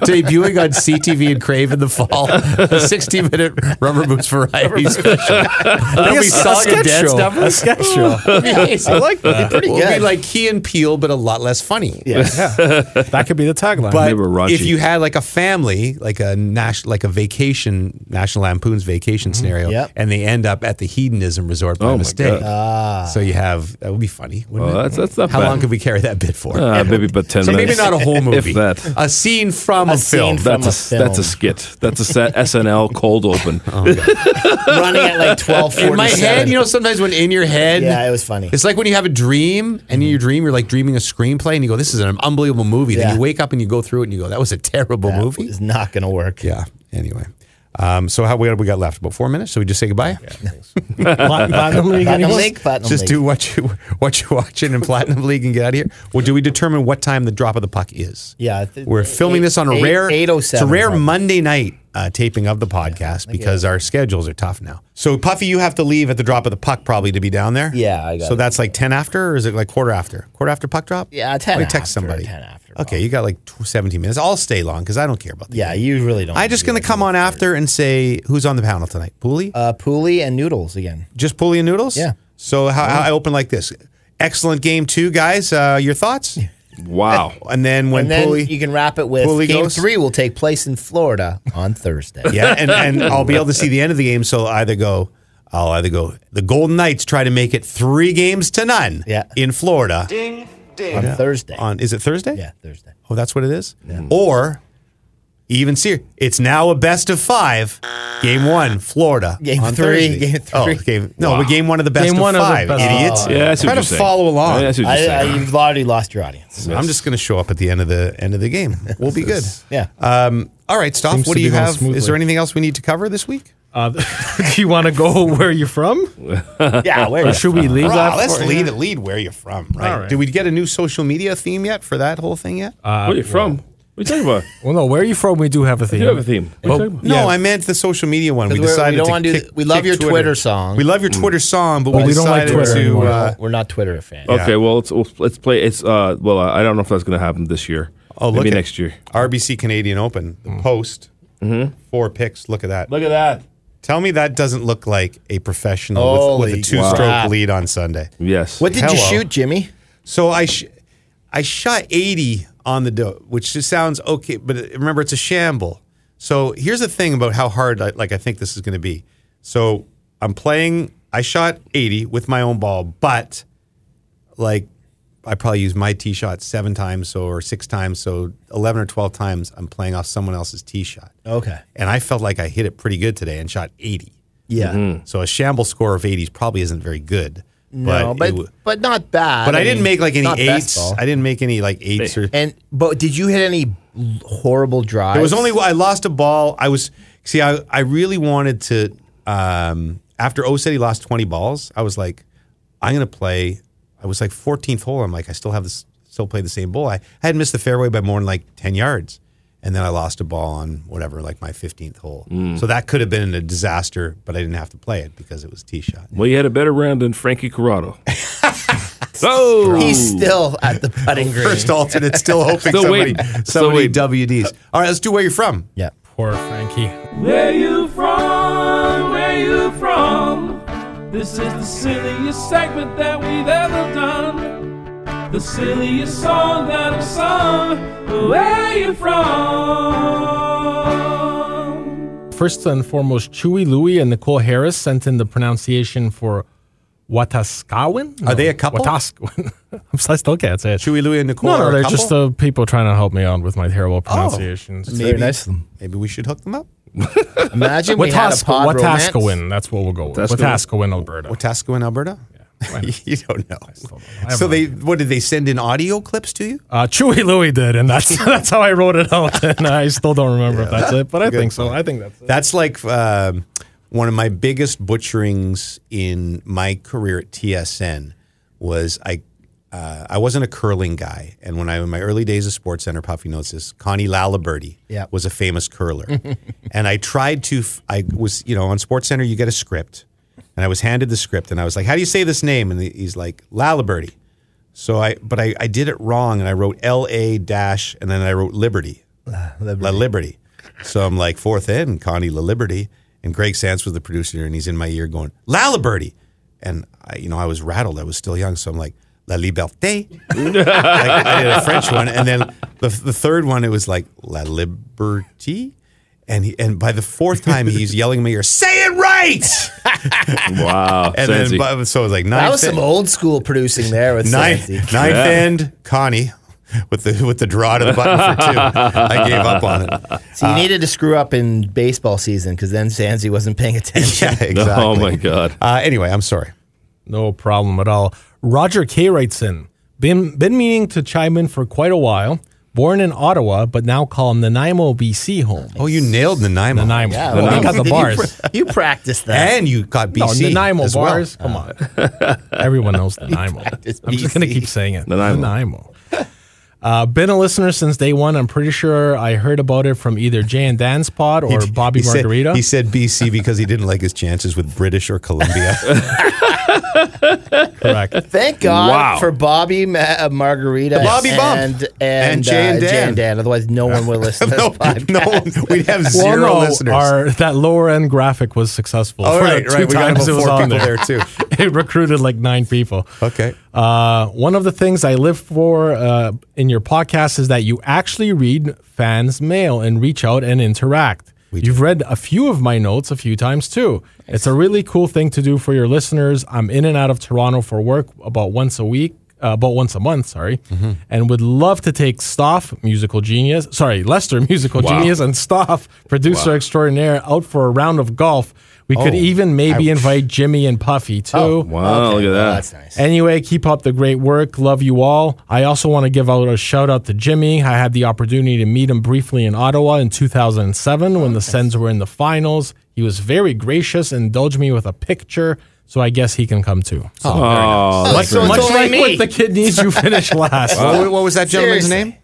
Speaker 5: debuting on CTV and Crave in the fall, a sixty-minute rubber boots variety special. That'll be song and dance numbers.
Speaker 2: sketch show.
Speaker 5: I like that. Pretty It'll
Speaker 3: good.
Speaker 5: be like Key and Peele, but a lot less funny.
Speaker 2: That could be the tagline.
Speaker 5: But
Speaker 4: They were raunchy.
Speaker 5: if you had like a family, like a national, like a vacation, National Lampoon's vacation scenario,
Speaker 3: Mm-hmm. Yep.
Speaker 5: and they end up at the hedonism resort by
Speaker 4: Oh my
Speaker 3: Ah.
Speaker 5: mistake, so you have that would be be funny.
Speaker 4: Well,
Speaker 5: Wouldn't it?
Speaker 4: that's that's not
Speaker 5: How
Speaker 4: bad.
Speaker 5: long could we carry that bit for?
Speaker 4: Uh, maybe about ten
Speaker 5: so maybe
Speaker 4: minutes.
Speaker 5: not a whole movie.
Speaker 4: If that.
Speaker 5: A scene from a, film.
Speaker 3: scene
Speaker 5: Oh.
Speaker 3: from-
Speaker 4: That's a,
Speaker 3: a
Speaker 4: that's a
Speaker 3: film.
Speaker 4: skit. That's a sa- SNL cold open.
Speaker 3: running at like twelve forty.
Speaker 5: in my head, you know, sometimes when in your head,
Speaker 3: Yeah, it was funny. Mm-hmm.
Speaker 5: It's like when you have a dream, and in your dream, you're like dreaming a screenplay, and you go, "This is an unbelievable movie."
Speaker 3: Yeah.
Speaker 5: Then you wake up and you go through it, and you go, "That was a terrible
Speaker 3: That
Speaker 5: movie."
Speaker 3: is not gonna work.
Speaker 5: Yeah. Anyway, um, so how what we got left? About four minutes. So we just say goodbye.
Speaker 2: Platinum League
Speaker 3: Platinum
Speaker 2: anymore?
Speaker 3: League, Platinum
Speaker 5: just
Speaker 3: League.
Speaker 5: do what you what you watching in Platinum League and get out of here. Well, do we determine what time the drop of the puck is?
Speaker 3: Yeah, I think
Speaker 5: We're filming
Speaker 3: eight-
Speaker 5: this on a
Speaker 3: eight-
Speaker 5: rare
Speaker 3: 8:07
Speaker 5: It's a rare
Speaker 3: probably.
Speaker 5: Monday night uh, taping of the podcast because our schedules are tough now. So Puffy, you have to leave at the drop of the puck probably to be down there.
Speaker 3: Yeah, I got
Speaker 5: So
Speaker 3: it.
Speaker 5: that's like ten after, or is it like quarter after? Quarter after puck drop?
Speaker 3: Yeah, 10
Speaker 5: Why text
Speaker 3: after,
Speaker 5: somebody.
Speaker 3: 10 after,
Speaker 5: Okay, you got like tw- seventeen minutes. I'll stay long because I don't care about the
Speaker 3: Yeah,
Speaker 5: game.
Speaker 3: you really don't.
Speaker 5: I'm just
Speaker 3: do
Speaker 5: gonna
Speaker 3: that.
Speaker 5: come on after and say who's on the panel tonight. Pooley,
Speaker 3: Uh, Pooley and noodles again.
Speaker 5: just Pooley and noodles.
Speaker 3: Yeah.
Speaker 5: So how, how I open like this? Excellent game two, guys. Uh, your thoughts?
Speaker 4: Wow.
Speaker 5: And then when
Speaker 3: And then
Speaker 5: Pooley,
Speaker 3: you can wrap it with
Speaker 5: Pooley
Speaker 3: Game
Speaker 5: goes.
Speaker 3: Three will take place in Florida on Thursday.
Speaker 5: Yeah, and, and I'll be able to see the end of the game. So I'll either go, I'll either go. The Golden Knights try to make it three games to none.
Speaker 3: Yeah.
Speaker 5: in Florida
Speaker 3: on Thursday.
Speaker 5: on is it Thursday?
Speaker 3: yeah, Thursday.
Speaker 5: Oh, that's what it is. Or even see, it's now a best of five. Game one, Florida.
Speaker 3: Game
Speaker 5: on
Speaker 3: three,
Speaker 5: Thursday.
Speaker 3: game
Speaker 5: Oh,
Speaker 3: three.
Speaker 5: game no, but game one of the best
Speaker 2: Game
Speaker 5: of
Speaker 2: one of the
Speaker 5: five.
Speaker 2: best of
Speaker 5: idiots.
Speaker 4: Yeah, that's
Speaker 5: Try
Speaker 4: what
Speaker 5: to
Speaker 4: you're saying.
Speaker 5: follow along.
Speaker 4: Yeah, that's what you're
Speaker 3: I, I,
Speaker 4: saying.
Speaker 3: you've already lost your audience.
Speaker 5: I'm just going to show up at the end of the end of the game. We'll be good.
Speaker 3: Yeah.
Speaker 5: Um, all right, Stoff.
Speaker 2: Seems
Speaker 5: What
Speaker 2: to
Speaker 5: do
Speaker 2: be
Speaker 5: you
Speaker 2: going
Speaker 5: have?
Speaker 2: smoothly.
Speaker 5: Is there anything else we need to cover this week?
Speaker 2: Uh, you want to go where you're from?
Speaker 5: uh,
Speaker 3: yeah, where Uh,
Speaker 2: Or should we leave
Speaker 5: Wow,
Speaker 2: that?
Speaker 5: let's
Speaker 2: for-
Speaker 5: lead lead where you're from. Right?
Speaker 2: All right.
Speaker 5: Did we get a new social media theme yet for that whole thing yet?
Speaker 4: Where are you from? What are you talking about?
Speaker 2: Well, no, where are you from? We do have a theme. Oh,
Speaker 4: You have a theme. What are you talking about?
Speaker 5: no,
Speaker 2: yeah.
Speaker 5: I meant the social media one. We
Speaker 3: Because we're- we
Speaker 5: decided
Speaker 3: don't
Speaker 5: to
Speaker 3: wanna do
Speaker 5: kick-
Speaker 3: th- we love
Speaker 5: kick
Speaker 3: your Twitter song. Mm.
Speaker 5: We love your Twitter song, but, we
Speaker 2: we don't like
Speaker 5: decided
Speaker 2: Twitter
Speaker 5: to.
Speaker 2: anymore.
Speaker 5: Uh,
Speaker 3: We're not Twitter fans.
Speaker 4: Okay, well, let's well, let's play. It's uh, well, I don't know if that's going to happen this year.
Speaker 5: oh, look
Speaker 4: maybe
Speaker 5: at
Speaker 4: next year.
Speaker 5: RBC Canadian Open,
Speaker 3: Mm-hmm.
Speaker 5: the post, four picks. Look at that.
Speaker 4: Look at that.
Speaker 5: Tell me that doesn't look like a professional with,
Speaker 3: Holy
Speaker 5: with a two-stroke
Speaker 3: crap.
Speaker 5: lead on Sunday.
Speaker 4: Yes.
Speaker 3: What did you
Speaker 5: Hello.
Speaker 3: shoot, Jimmy?
Speaker 5: So I, sh- I shot 80 on the dough, which just sounds okay, but it- remember it's a shamble. So here's the thing about how hard I, like I think this is going to be. So I'm playing. I shot 80 with my own ball, but like I probably used my tee shot seven times, so or six times, so 11 or 12 times. I'm playing off someone else's tee shot,
Speaker 3: Okay.
Speaker 5: and I felt like I hit it pretty good today and shot 80.
Speaker 3: Yeah.
Speaker 5: So a shamble score of 80s probably isn't very good.
Speaker 3: No,
Speaker 5: it
Speaker 3: but
Speaker 5: w-
Speaker 3: but, not bad.
Speaker 5: but I,
Speaker 3: mean,
Speaker 5: didn't make like any
Speaker 3: not best
Speaker 5: eights.
Speaker 3: ball.
Speaker 5: I didn't make any like eights or.
Speaker 3: and but did you hit any l- horrible drives?
Speaker 5: There was only I lost a ball. I was see. I I really wanted to. Um, after O said he lost twenty balls, I was like, I'm gonna play. I was like 14th hole. I'm like, I still have this. Still play the same ball. I, I had missed the fairway by more than like 10 yards, and then I lost a ball on whatever, like my 15th hole.
Speaker 3: Mm.
Speaker 5: So that could have been a disaster, but I didn't have to play it because it was tee shot.
Speaker 4: Well, you had a better round than Frankie Corrado. Oh! so
Speaker 3: He's still at the putting green.
Speaker 5: First alternate, still hoping
Speaker 4: Still
Speaker 5: somebody,
Speaker 4: waiting. Still
Speaker 5: somebody
Speaker 4: waiting.
Speaker 5: WDs. All right, let's do where you're from.
Speaker 3: yeah.
Speaker 2: Poor Frankie.
Speaker 1: Where you from? Where you from? This is the silliest segment that we've ever done. The silliest song that I've sung. Where you from?
Speaker 2: First and foremost, Chewy Louie and Nicole Harris sent in the pronunciation for Wataskawin.
Speaker 5: Are they a couple?
Speaker 2: Wataskawin. I'm still, I still can't say it.
Speaker 5: Chewy Louie and Nicole.
Speaker 2: no, no,
Speaker 5: are a
Speaker 2: they're
Speaker 5: couple? Oh.
Speaker 2: just uh, people trying to help me out with my terrible pronunciations.
Speaker 3: Very nice.
Speaker 5: Maybe we should hook them up.
Speaker 3: Imagine we had a
Speaker 2: Wataska,
Speaker 3: pod romance.
Speaker 2: Wataskawin. That's what we'll go with.
Speaker 4: Wataskawin.
Speaker 2: Wataskawin, Alberta.
Speaker 5: Tasco in Alberta?
Speaker 2: Why not?
Speaker 5: You don't know.
Speaker 2: don't know. I have
Speaker 5: So
Speaker 2: no
Speaker 5: they what did they send in audio clips to you?
Speaker 2: Uh, Chewy Louie did, and that's that's how I wrote it out. And I still don't remember if that's it, but I
Speaker 5: Good
Speaker 2: think so.
Speaker 5: point.
Speaker 2: I think that's it.
Speaker 5: That's like um, one of my biggest butcherings in my career at TSN was I uh, I wasn't a curling guy, and when I in my early days of Sports Center, Puffy knows this. Connie Laliberte
Speaker 3: Yeah.
Speaker 5: was a famous curler, and I tried to. f- I was you know on Sports Center you get a script, and I was handed the script, and I was like, "How do you say this name?" And he's like, "Laliberte." So I, but I, I did it wrong, and I wrote L A dash, and then I wrote Liberty. La Liberty. So I'm like, fourth in, Connie La Liberty. And Greg Sands was the producer, and he's in my ear going, La Liberty. And I, you know, I was rattled. I was still young. So I'm like, La Liberté. like, I did a French one. And then the, the third one, it was like, La Liberty. And, he, and by the fourth time, he's yelling in my ear, say it right. right.
Speaker 4: Wow.
Speaker 5: And
Speaker 4: Sansi.
Speaker 5: then but, so it was like ninth.
Speaker 3: That was
Speaker 5: in-
Speaker 3: some old school producing there with
Speaker 5: ninth,
Speaker 3: Sansi.
Speaker 5: ninth end. Connie with the with the draw to the button for two. I gave up on it.
Speaker 3: So you needed to screw up in baseball season because then Sansi wasn't paying attention.
Speaker 5: Yeah, exactly.
Speaker 4: Oh my God.
Speaker 5: Uh, anyway, I'm sorry.
Speaker 2: No problem at all. Roger K. writes in been, been meaning to chime in for quite a while. Born in Ottawa, but now call him Nanaimo, BC home.
Speaker 5: Oh, you nailed Nanaimo.
Speaker 2: Nanaimo.
Speaker 3: Yeah,
Speaker 2: They
Speaker 3: well,
Speaker 2: got the
Speaker 3: you
Speaker 2: bars.
Speaker 3: pra- You, practiced that.
Speaker 5: And you got BC.
Speaker 2: No, Nanaimo
Speaker 5: as well.
Speaker 2: bars. Come on. Everyone knows Nanaimo.
Speaker 3: practice
Speaker 2: I'm just going to
Speaker 3: BC.
Speaker 2: keep saying it.
Speaker 4: Nanaimo.
Speaker 2: Uh, been a listener since day one. I'm pretty sure I heard about it from either Jay and Dan's pod or Bobby
Speaker 5: he
Speaker 2: Margarita.
Speaker 5: Said, he said BC because he didn't like his chances with British or Columbia.
Speaker 2: Correct.
Speaker 3: Thank God
Speaker 4: Wow.
Speaker 3: for Bobby Ma- uh, Margarita,
Speaker 5: Bobby Bump.
Speaker 3: and and,
Speaker 5: And Jay
Speaker 3: uh,
Speaker 5: and Dan.
Speaker 3: Otherwise, no one will listen to this
Speaker 5: no,
Speaker 3: podcast.
Speaker 5: no, one- we'd have zero
Speaker 2: well, no,
Speaker 5: listeners.
Speaker 2: our, that lower end graphic was successful.
Speaker 5: All
Speaker 2: For
Speaker 5: right,
Speaker 2: the two
Speaker 5: right. We got about
Speaker 2: times it was
Speaker 5: four
Speaker 2: on
Speaker 5: people there too.
Speaker 2: it recruited like nine people.
Speaker 5: Okay.
Speaker 2: Uh, one of the things I live for uh, in your podcast is that you actually read fans' mail and reach out and interact. You've read a few of my notes a few times too. It's a really cool thing to do for your listeners. I'm in and out of Toronto for work about once a week, uh, about once a month, sorry, and would love to take Stoff, musical genius, sorry, Lester, musical
Speaker 4: Wow.
Speaker 2: genius, and Stoff, producer extraordinaire, out for a round of golf. We could
Speaker 5: Oh,
Speaker 2: even maybe invite Jimmy and Puffy too.
Speaker 3: Oh,
Speaker 4: Wow.
Speaker 3: Okay,
Speaker 4: Look at
Speaker 3: well,
Speaker 4: that.
Speaker 3: that's nice.
Speaker 2: Anyway, keep up the great work. Love you all. I also want to give out a shout out to Jimmy. I had the opportunity to meet him briefly in Ottawa in 2007 when the Sens were in the finals. He was very gracious, indulged me with a picture, so I guess he can come too. So
Speaker 4: Oh,
Speaker 3: Like-
Speaker 4: that's
Speaker 3: so
Speaker 4: great.
Speaker 2: much
Speaker 3: only
Speaker 2: like
Speaker 3: me.
Speaker 2: with the kidneys, you finished last.
Speaker 5: What, what was that gentleman's
Speaker 3: Seriously.
Speaker 5: name?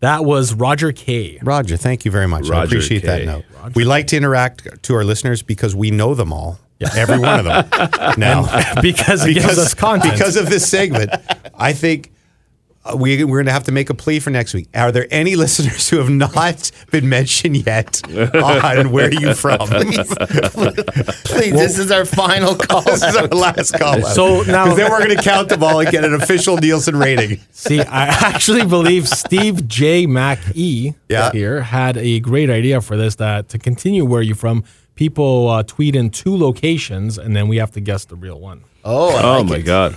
Speaker 2: That was Roger K.
Speaker 5: Roger. Thank you very much. I
Speaker 4: Roger
Speaker 5: appreciate
Speaker 4: K.
Speaker 5: that note. We like to interact to our listeners because we know them all. Every one of them. now.
Speaker 2: Because it gives us content.
Speaker 5: because of this segment, I think uh, we, we're going to have to make a plea for next week. Are there any listeners who have not been mentioned yet on where you from?
Speaker 3: Please, this is our final call.
Speaker 5: this is our last call.
Speaker 2: So now-
Speaker 5: because then we're going to count them all and get an official Nielsen rating.
Speaker 2: See, I actually believe Steve J. Mac E.
Speaker 5: Yeah.
Speaker 2: here had a great idea for this. That to continue where you from, people uh, tweet in two locations, and then we have to guess the real one.
Speaker 3: Oh, I
Speaker 4: Oh
Speaker 3: like
Speaker 4: my
Speaker 3: it.
Speaker 4: God.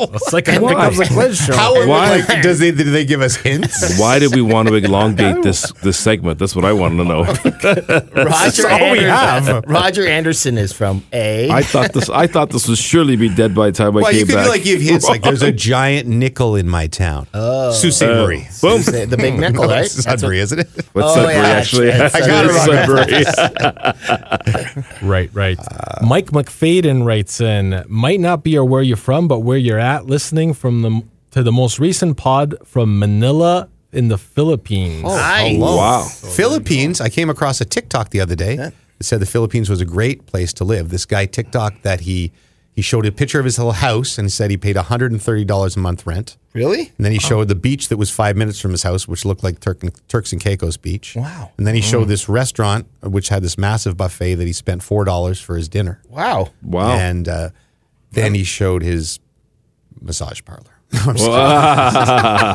Speaker 2: It's like it becomes a quiz show.
Speaker 5: How
Speaker 4: Why?
Speaker 5: like, does they, do they give us hints?
Speaker 4: Why did we want to elongate this this segment? That's what I wanted to know.
Speaker 3: Roger,
Speaker 5: all we
Speaker 3: Anderson.
Speaker 5: have.
Speaker 3: Roger Anderson is from A.
Speaker 4: I thought this I thought this would surely be dead by the time I
Speaker 5: Well,
Speaker 4: came
Speaker 5: you could
Speaker 4: back.
Speaker 5: like give hints. Like there's a giant nickel in my town. Oh, Sault Ste. Marie.
Speaker 4: Boom.
Speaker 3: the, the big nickel,
Speaker 5: No,
Speaker 3: right?
Speaker 5: it's
Speaker 3: That's what-
Speaker 5: Sudbury, isn't it?
Speaker 4: What's
Speaker 3: Oh,
Speaker 4: Sudbury
Speaker 3: yeah,
Speaker 4: actually?
Speaker 3: it's-
Speaker 5: I got it
Speaker 4: It's
Speaker 5: wrong.
Speaker 4: Sudbury.
Speaker 2: Right, right. Mike McFadden writes in, might not be or where you're from, but where you're at listening from the to the most recent pod from Manila in the Philippines.
Speaker 3: Oh, Nice.
Speaker 4: Wow.
Speaker 5: Philippines. I came across a TikTok the other day that said the Philippines was a great place to live. This guy TikTok that he he showed a picture of his little house and said he paid $130 a month rent.
Speaker 3: Really?
Speaker 5: And then he showed the beach that was five minutes from his house, which looked like Turk and, Turks and Caicos Beach.
Speaker 3: Wow. Mm.
Speaker 5: And then he showed this restaurant, which had this massive buffet that he spent $4 for his dinner.
Speaker 3: Wow.
Speaker 4: Wow.
Speaker 5: And uh, then he showed his massage parlor. I'm sorry. no,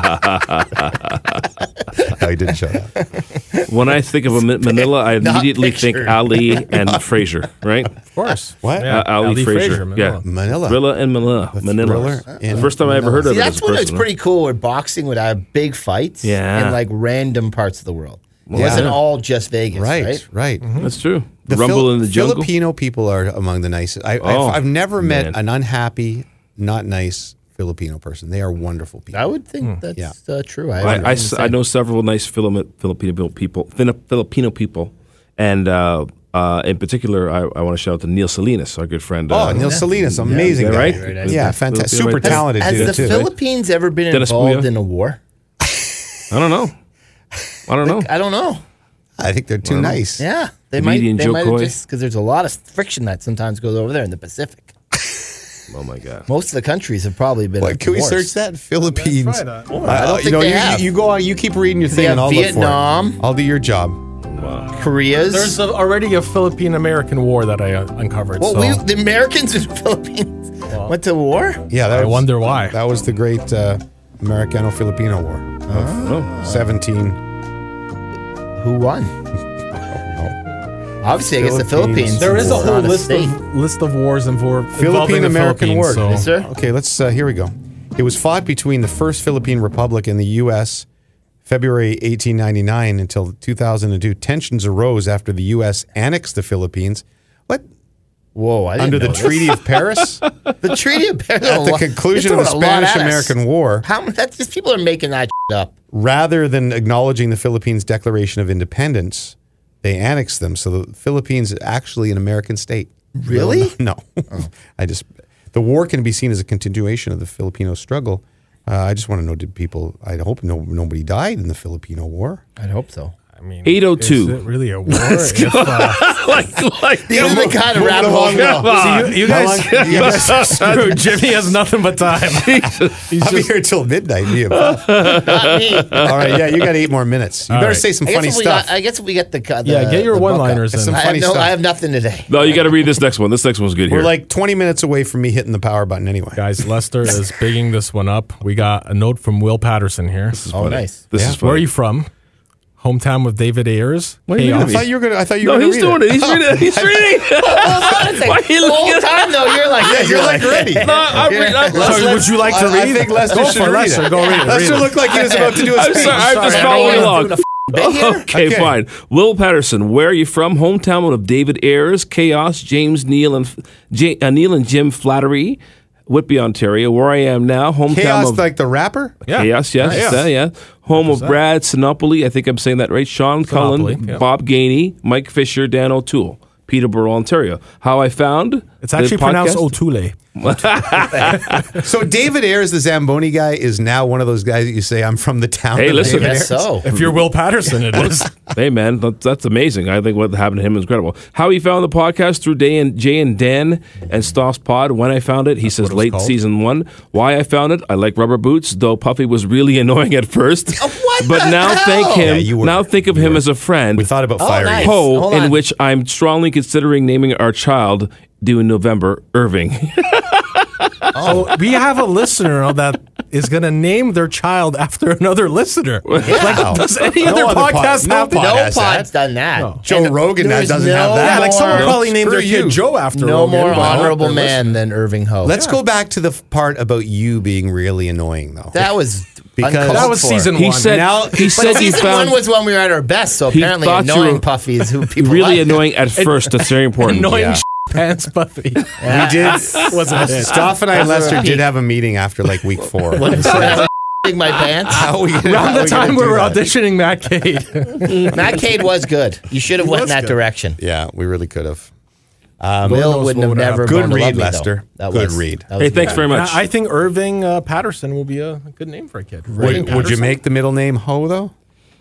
Speaker 5: he didn't show that.
Speaker 4: When I think of a Ma- Manila, I
Speaker 3: Not
Speaker 4: immediately think
Speaker 3: pictured.
Speaker 4: Ali and Fraser, right?
Speaker 2: Of course.
Speaker 5: What?
Speaker 2: Yeah,
Speaker 4: Uh, Ali,
Speaker 2: Ali
Speaker 4: Fraser.
Speaker 2: Frazier,
Speaker 4: yeah.
Speaker 2: Manila.
Speaker 5: Manila.
Speaker 4: Thriller and Manila. Manila.
Speaker 5: Thriller
Speaker 4: The
Speaker 5: in
Speaker 4: first time I ever
Speaker 5: Manila.
Speaker 4: heard of
Speaker 3: See,
Speaker 4: it
Speaker 3: that's
Speaker 4: as a
Speaker 3: when it's
Speaker 4: person.
Speaker 3: pretty cool where boxing would have big fights
Speaker 4: Yeah.
Speaker 3: in like random parts of the world. It wasn't
Speaker 4: yeah.
Speaker 3: all just Vegas, right?
Speaker 5: Right, right.
Speaker 4: That's true.
Speaker 5: The
Speaker 4: Rumble
Speaker 5: Phil-
Speaker 4: in the jungle.
Speaker 5: Filipino people are among the nicest. I,
Speaker 4: Oh,
Speaker 5: I've, I've never met
Speaker 4: man.
Speaker 5: an unhappy, not nice Filipino person. They are wonderful people.
Speaker 3: I would think that's
Speaker 5: Yeah.
Speaker 3: uh, true. I,
Speaker 4: I, I
Speaker 3: wouldn't
Speaker 4: s- I know several nice Filipino Filipino people, Fili- Filipino people, and uh, uh, in particular, I, I want to shout out to Neil Salinas, our good friend.
Speaker 5: oh,
Speaker 4: uh,
Speaker 5: Neil Salinas, amazing
Speaker 4: Yeah,
Speaker 5: guy.
Speaker 4: right?
Speaker 5: Yeah,
Speaker 4: Right, right.
Speaker 5: fantastic.
Speaker 4: Filipino
Speaker 5: Super
Speaker 4: right there.
Speaker 5: talented
Speaker 3: Has
Speaker 5: dude,
Speaker 3: the
Speaker 5: too.
Speaker 3: Philippines ever been
Speaker 4: Dennis
Speaker 3: involved
Speaker 4: Puya.
Speaker 3: in a war?
Speaker 4: I don't know. I don't know.
Speaker 3: I don't know.
Speaker 5: I think they're too nice.
Speaker 3: Yeah, they
Speaker 4: Comedian
Speaker 3: might. They
Speaker 4: Joe
Speaker 3: might have
Speaker 4: Coy.
Speaker 3: just because there's a lot of friction that sometimes goes over there in the Pacific.
Speaker 4: Oh my god.
Speaker 3: Most of the countries have probably been.
Speaker 5: What,
Speaker 3: at
Speaker 5: can we
Speaker 3: wars.
Speaker 5: search that? Philippines.
Speaker 2: try that.
Speaker 5: I don't
Speaker 3: think they have.
Speaker 5: You go on, you keep reading your thing
Speaker 3: have
Speaker 5: and I'll look for
Speaker 3: Vietnam.
Speaker 5: it. I'll do your job.
Speaker 3: Korea's.
Speaker 2: There's a, already a Philippine American war that I uh, uncovered.
Speaker 3: well,
Speaker 2: so
Speaker 3: we, the Americans and Philippines went to war.
Speaker 5: Yeah, that
Speaker 2: I
Speaker 5: was-
Speaker 2: wonder why.
Speaker 5: That was the great uh, Americano-Filipino War of
Speaker 4: Oh.
Speaker 5: 17...
Speaker 3: Who won?
Speaker 5: Oh,
Speaker 3: Obviously, I guess the Philippines.
Speaker 5: Philippines.
Speaker 2: There is a
Speaker 3: It's not
Speaker 2: whole list
Speaker 3: state.
Speaker 2: of list of wars and for involving
Speaker 5: Philippine
Speaker 2: the
Speaker 5: American War.
Speaker 2: Philippines, so-
Speaker 3: Yes, sir.
Speaker 5: Okay, let's. Uh, here we go. It was fought between the First Philippine Republic and the U.S. February 1899 until 2002. Tensions arose after the U.S. annexed the Philippines. What
Speaker 3: Whoa, I didn't
Speaker 5: under the
Speaker 3: know this.
Speaker 5: Treaty of Paris at
Speaker 3: The Treaty of Paris. At
Speaker 5: the conclusion of the Spanish-American War,
Speaker 3: How many- that, these people are making that shit up?
Speaker 5: rather than acknowledging the Philippines' Declaration of Independence, they annexed them. So the Philippines is actually an American state.
Speaker 3: Really?
Speaker 5: No. I just the war can be seen as a continuation of the Filipino struggle. Uh, I just want to know: Did people? I hope no nobody died in the Filipino War.
Speaker 3: I'd hope so.
Speaker 2: Is
Speaker 4: 802.
Speaker 2: it really a war? If, uh,
Speaker 4: like, like,
Speaker 3: These are the kind of rabbit holes.
Speaker 4: Come on.
Speaker 2: you, you guys, you guys are screwed. Jimmy has nothing but time. He's
Speaker 5: I'll
Speaker 2: just-
Speaker 5: be here till midnight. me and Bob.
Speaker 3: Not me. I
Speaker 5: All right, yeah, you got eight more minutes. You
Speaker 2: All
Speaker 5: better
Speaker 2: right.
Speaker 5: say some
Speaker 3: guess
Speaker 5: funny
Speaker 3: if we
Speaker 5: stuff.
Speaker 3: Got, uh, I guess if we get the, co- the
Speaker 2: yeah, get your
Speaker 3: the
Speaker 2: one liners
Speaker 5: Get
Speaker 2: in.
Speaker 5: some
Speaker 3: book up. I have,
Speaker 5: funny
Speaker 3: no,
Speaker 5: stuff.
Speaker 3: I have nothing today.
Speaker 4: no, you got to read this next one. This next one's good here.
Speaker 5: We're like 20 minutes away from me hitting the power button anyway.
Speaker 2: Guys, Lester is bigging this one up. We got a note from Will Patterson here.
Speaker 3: Oh, nice.
Speaker 4: this
Speaker 5: Yeah.
Speaker 4: is funny.
Speaker 2: Where are you from? Hometown of David Ayers.
Speaker 4: What do you mean
Speaker 5: I
Speaker 2: Chaos.
Speaker 4: I'm
Speaker 5: thought you were gonna. I thought you were
Speaker 4: No,
Speaker 5: gonna
Speaker 4: he's
Speaker 5: read
Speaker 4: doing it. He's reading it. He's reading it. Why are you
Speaker 3: the
Speaker 4: looking
Speaker 3: whole
Speaker 4: at-
Speaker 3: time though, you're like,
Speaker 5: Yeah, you're like ready.
Speaker 4: No, I'm reading. I'm,
Speaker 2: Sorry,
Speaker 4: sorry,
Speaker 2: would you like to
Speaker 5: I- I
Speaker 2: read?
Speaker 5: think Lester
Speaker 2: Go
Speaker 5: should
Speaker 2: for
Speaker 5: read
Speaker 2: Lester.
Speaker 5: it.
Speaker 2: Go read it.
Speaker 5: Lester
Speaker 2: read it.
Speaker 5: looked like he was about to do a
Speaker 4: I'm
Speaker 5: speech.
Speaker 4: sorry. I'm just following along. Oh,
Speaker 3: bit here.
Speaker 4: Okay,
Speaker 5: Okay.
Speaker 4: fine. Will Patterson, where are you from? Hometown of David Ayers, Chaos, James Neal and J, uh, Neil and Jim Flattery, Whitby, Ontario. Where I am now, hometown
Speaker 5: Chaos
Speaker 4: of
Speaker 5: like the rapper?
Speaker 2: Yeah.
Speaker 4: Chaos, yes,
Speaker 2: Nice.
Speaker 4: yeah, yeah. Home of Brad Sinopoli, I think I'm saying that right. Sean Cullen,
Speaker 2: Sinopoli, yeah.
Speaker 4: Bob Gainey, Mike Fisher, Dan O'Toole, Peterborough, Ontario. How I found
Speaker 2: It's actually pronounced
Speaker 4: O'Toole.
Speaker 2: Otule.
Speaker 5: So David Ayers, the Zamboni guy, is now one of those guys that you say, I'm from the town.
Speaker 4: Hey,
Speaker 5: of
Speaker 4: listen.
Speaker 5: David
Speaker 3: Guess
Speaker 5: Ayers."
Speaker 3: so.
Speaker 2: If you're Will Patterson, it is.
Speaker 4: hey man, that, that's amazing. I think what happened to him is incredible. How he found the podcast through Day and Jay and Dan and Stoff's Pod. When I found it, he says
Speaker 2: was
Speaker 4: late
Speaker 2: called.
Speaker 4: season one. Why I found it? I like rubber boots, though Puffy was really annoying at first.
Speaker 3: What
Speaker 4: but
Speaker 3: the
Speaker 4: now
Speaker 3: hell?
Speaker 4: thank
Speaker 5: Yeah,
Speaker 4: him.
Speaker 5: you were-
Speaker 4: now think of him as a friend.
Speaker 5: We thought about
Speaker 3: Oh,
Speaker 5: firing.
Speaker 3: nice.
Speaker 5: you.
Speaker 4: Poe,
Speaker 3: Hold
Speaker 4: in
Speaker 3: on.
Speaker 4: which I'm strongly considering naming our child due in November, Irving.
Speaker 2: Oh, we have a listener that is going to name their child after another listener. Like, does any
Speaker 5: No
Speaker 2: other
Speaker 5: other pod-
Speaker 2: podcast
Speaker 5: no
Speaker 2: have
Speaker 5: pod-
Speaker 2: that?
Speaker 3: No
Speaker 5: has
Speaker 3: pod's
Speaker 5: that.
Speaker 3: done that.
Speaker 5: Joe
Speaker 3: And
Speaker 5: Rogan
Speaker 3: there
Speaker 5: that
Speaker 3: is
Speaker 5: doesn't have that.
Speaker 2: Yeah, like someone
Speaker 3: more-
Speaker 2: probably named
Speaker 5: Screw
Speaker 2: their kid
Speaker 5: you.
Speaker 2: Joe after
Speaker 3: no
Speaker 2: Rogan,
Speaker 3: more
Speaker 2: but I hope
Speaker 3: honorable
Speaker 2: they're
Speaker 3: man than Irving Ho.
Speaker 5: Let's go back to the f- part about you being really annoying, though.
Speaker 3: That was
Speaker 5: Because-
Speaker 3: uncalled
Speaker 2: That was
Speaker 3: for.
Speaker 2: season
Speaker 4: He
Speaker 2: one.
Speaker 4: said
Speaker 5: Now-
Speaker 4: he
Speaker 3: But
Speaker 4: said he
Speaker 3: season
Speaker 4: found
Speaker 3: one was when we were at our best, so
Speaker 4: He
Speaker 3: apparently
Speaker 4: thought you
Speaker 3: annoying
Speaker 4: were
Speaker 3: Puffy is who people
Speaker 4: really
Speaker 3: like.
Speaker 4: annoying at first. That's very important.
Speaker 2: annoying
Speaker 5: Yeah.
Speaker 2: pants Buffy.
Speaker 5: we did.
Speaker 2: Wasn't it?
Speaker 5: Stoff and I and Lester did have a meeting after like week four.
Speaker 3: in my pants.
Speaker 5: How we gonna-
Speaker 2: Around
Speaker 5: how
Speaker 2: the
Speaker 5: we gonna
Speaker 2: time
Speaker 5: do
Speaker 2: we were
Speaker 5: that?
Speaker 2: auditioning Matt Cade.
Speaker 3: Matt Cade was good. You should have went in
Speaker 2: was
Speaker 3: that
Speaker 2: good.
Speaker 3: direction.
Speaker 5: Yeah, we really could have.
Speaker 3: Bill wouldn't have
Speaker 2: knows what would have
Speaker 3: never.
Speaker 5: happened. Good
Speaker 3: grown to
Speaker 5: read,
Speaker 3: love me, though.
Speaker 5: Lester.
Speaker 3: That
Speaker 5: Good
Speaker 3: was-
Speaker 5: read.
Speaker 3: that was
Speaker 4: Hey, thanks
Speaker 3: good.
Speaker 4: very much.
Speaker 2: I think Irving uh, Patterson will be a good name for a kid.
Speaker 5: Would, would you make the middle name Ho though?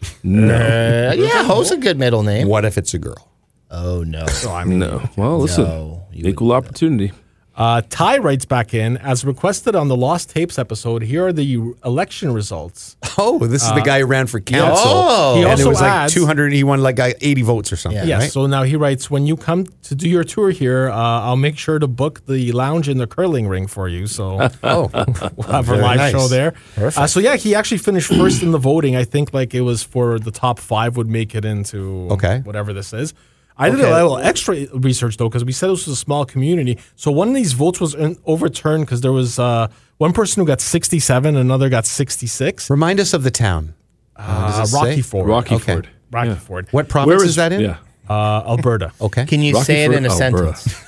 Speaker 3: Uh, yeah, Ho's a good middle name.
Speaker 5: What if it's a girl?
Speaker 3: Oh no.
Speaker 4: no. Well, listen,
Speaker 3: No, you
Speaker 4: equal opportunity.
Speaker 2: Uh, Ty writes back in as requested on the Lost Tapes episode. Here are the election results.
Speaker 5: Oh, this is the guy who ran for council.
Speaker 3: Oh.
Speaker 2: He
Speaker 5: and it
Speaker 2: also
Speaker 5: was like
Speaker 2: adds-
Speaker 5: 200. He won like uh, 80 votes or something.
Speaker 2: Yes.
Speaker 5: right?
Speaker 2: So now he writes, when you come to do your tour here, uh, I'll make sure to book the lounge and the curling ring for you. So
Speaker 5: oh,
Speaker 2: we'll have a
Speaker 5: Very
Speaker 2: live
Speaker 5: nice.
Speaker 2: show there. Uh, so yeah, he actually finished first in the voting. I think like it was for the top five would make it into
Speaker 5: Okay.
Speaker 2: whatever this is. I did a little extra research though because we said this was a small community. So one of these votes was in- overturned because there was uh, one person who got sixty-seven, another got sixty-six.
Speaker 5: Remind us of the town. Uh,
Speaker 2: Uh,
Speaker 5: does it
Speaker 2: Rocky
Speaker 5: say?
Speaker 2: Ford,
Speaker 4: Rocky
Speaker 5: Okay.
Speaker 4: Ford.
Speaker 2: Rocky Ford,
Speaker 5: What province is, that in?
Speaker 4: Yeah.
Speaker 2: uh, Alberta.
Speaker 5: Okay.
Speaker 3: Can you
Speaker 4: Rocky
Speaker 3: say it
Speaker 4: Ford,
Speaker 3: in a
Speaker 5: oh,
Speaker 4: Alberta.
Speaker 3: sentence?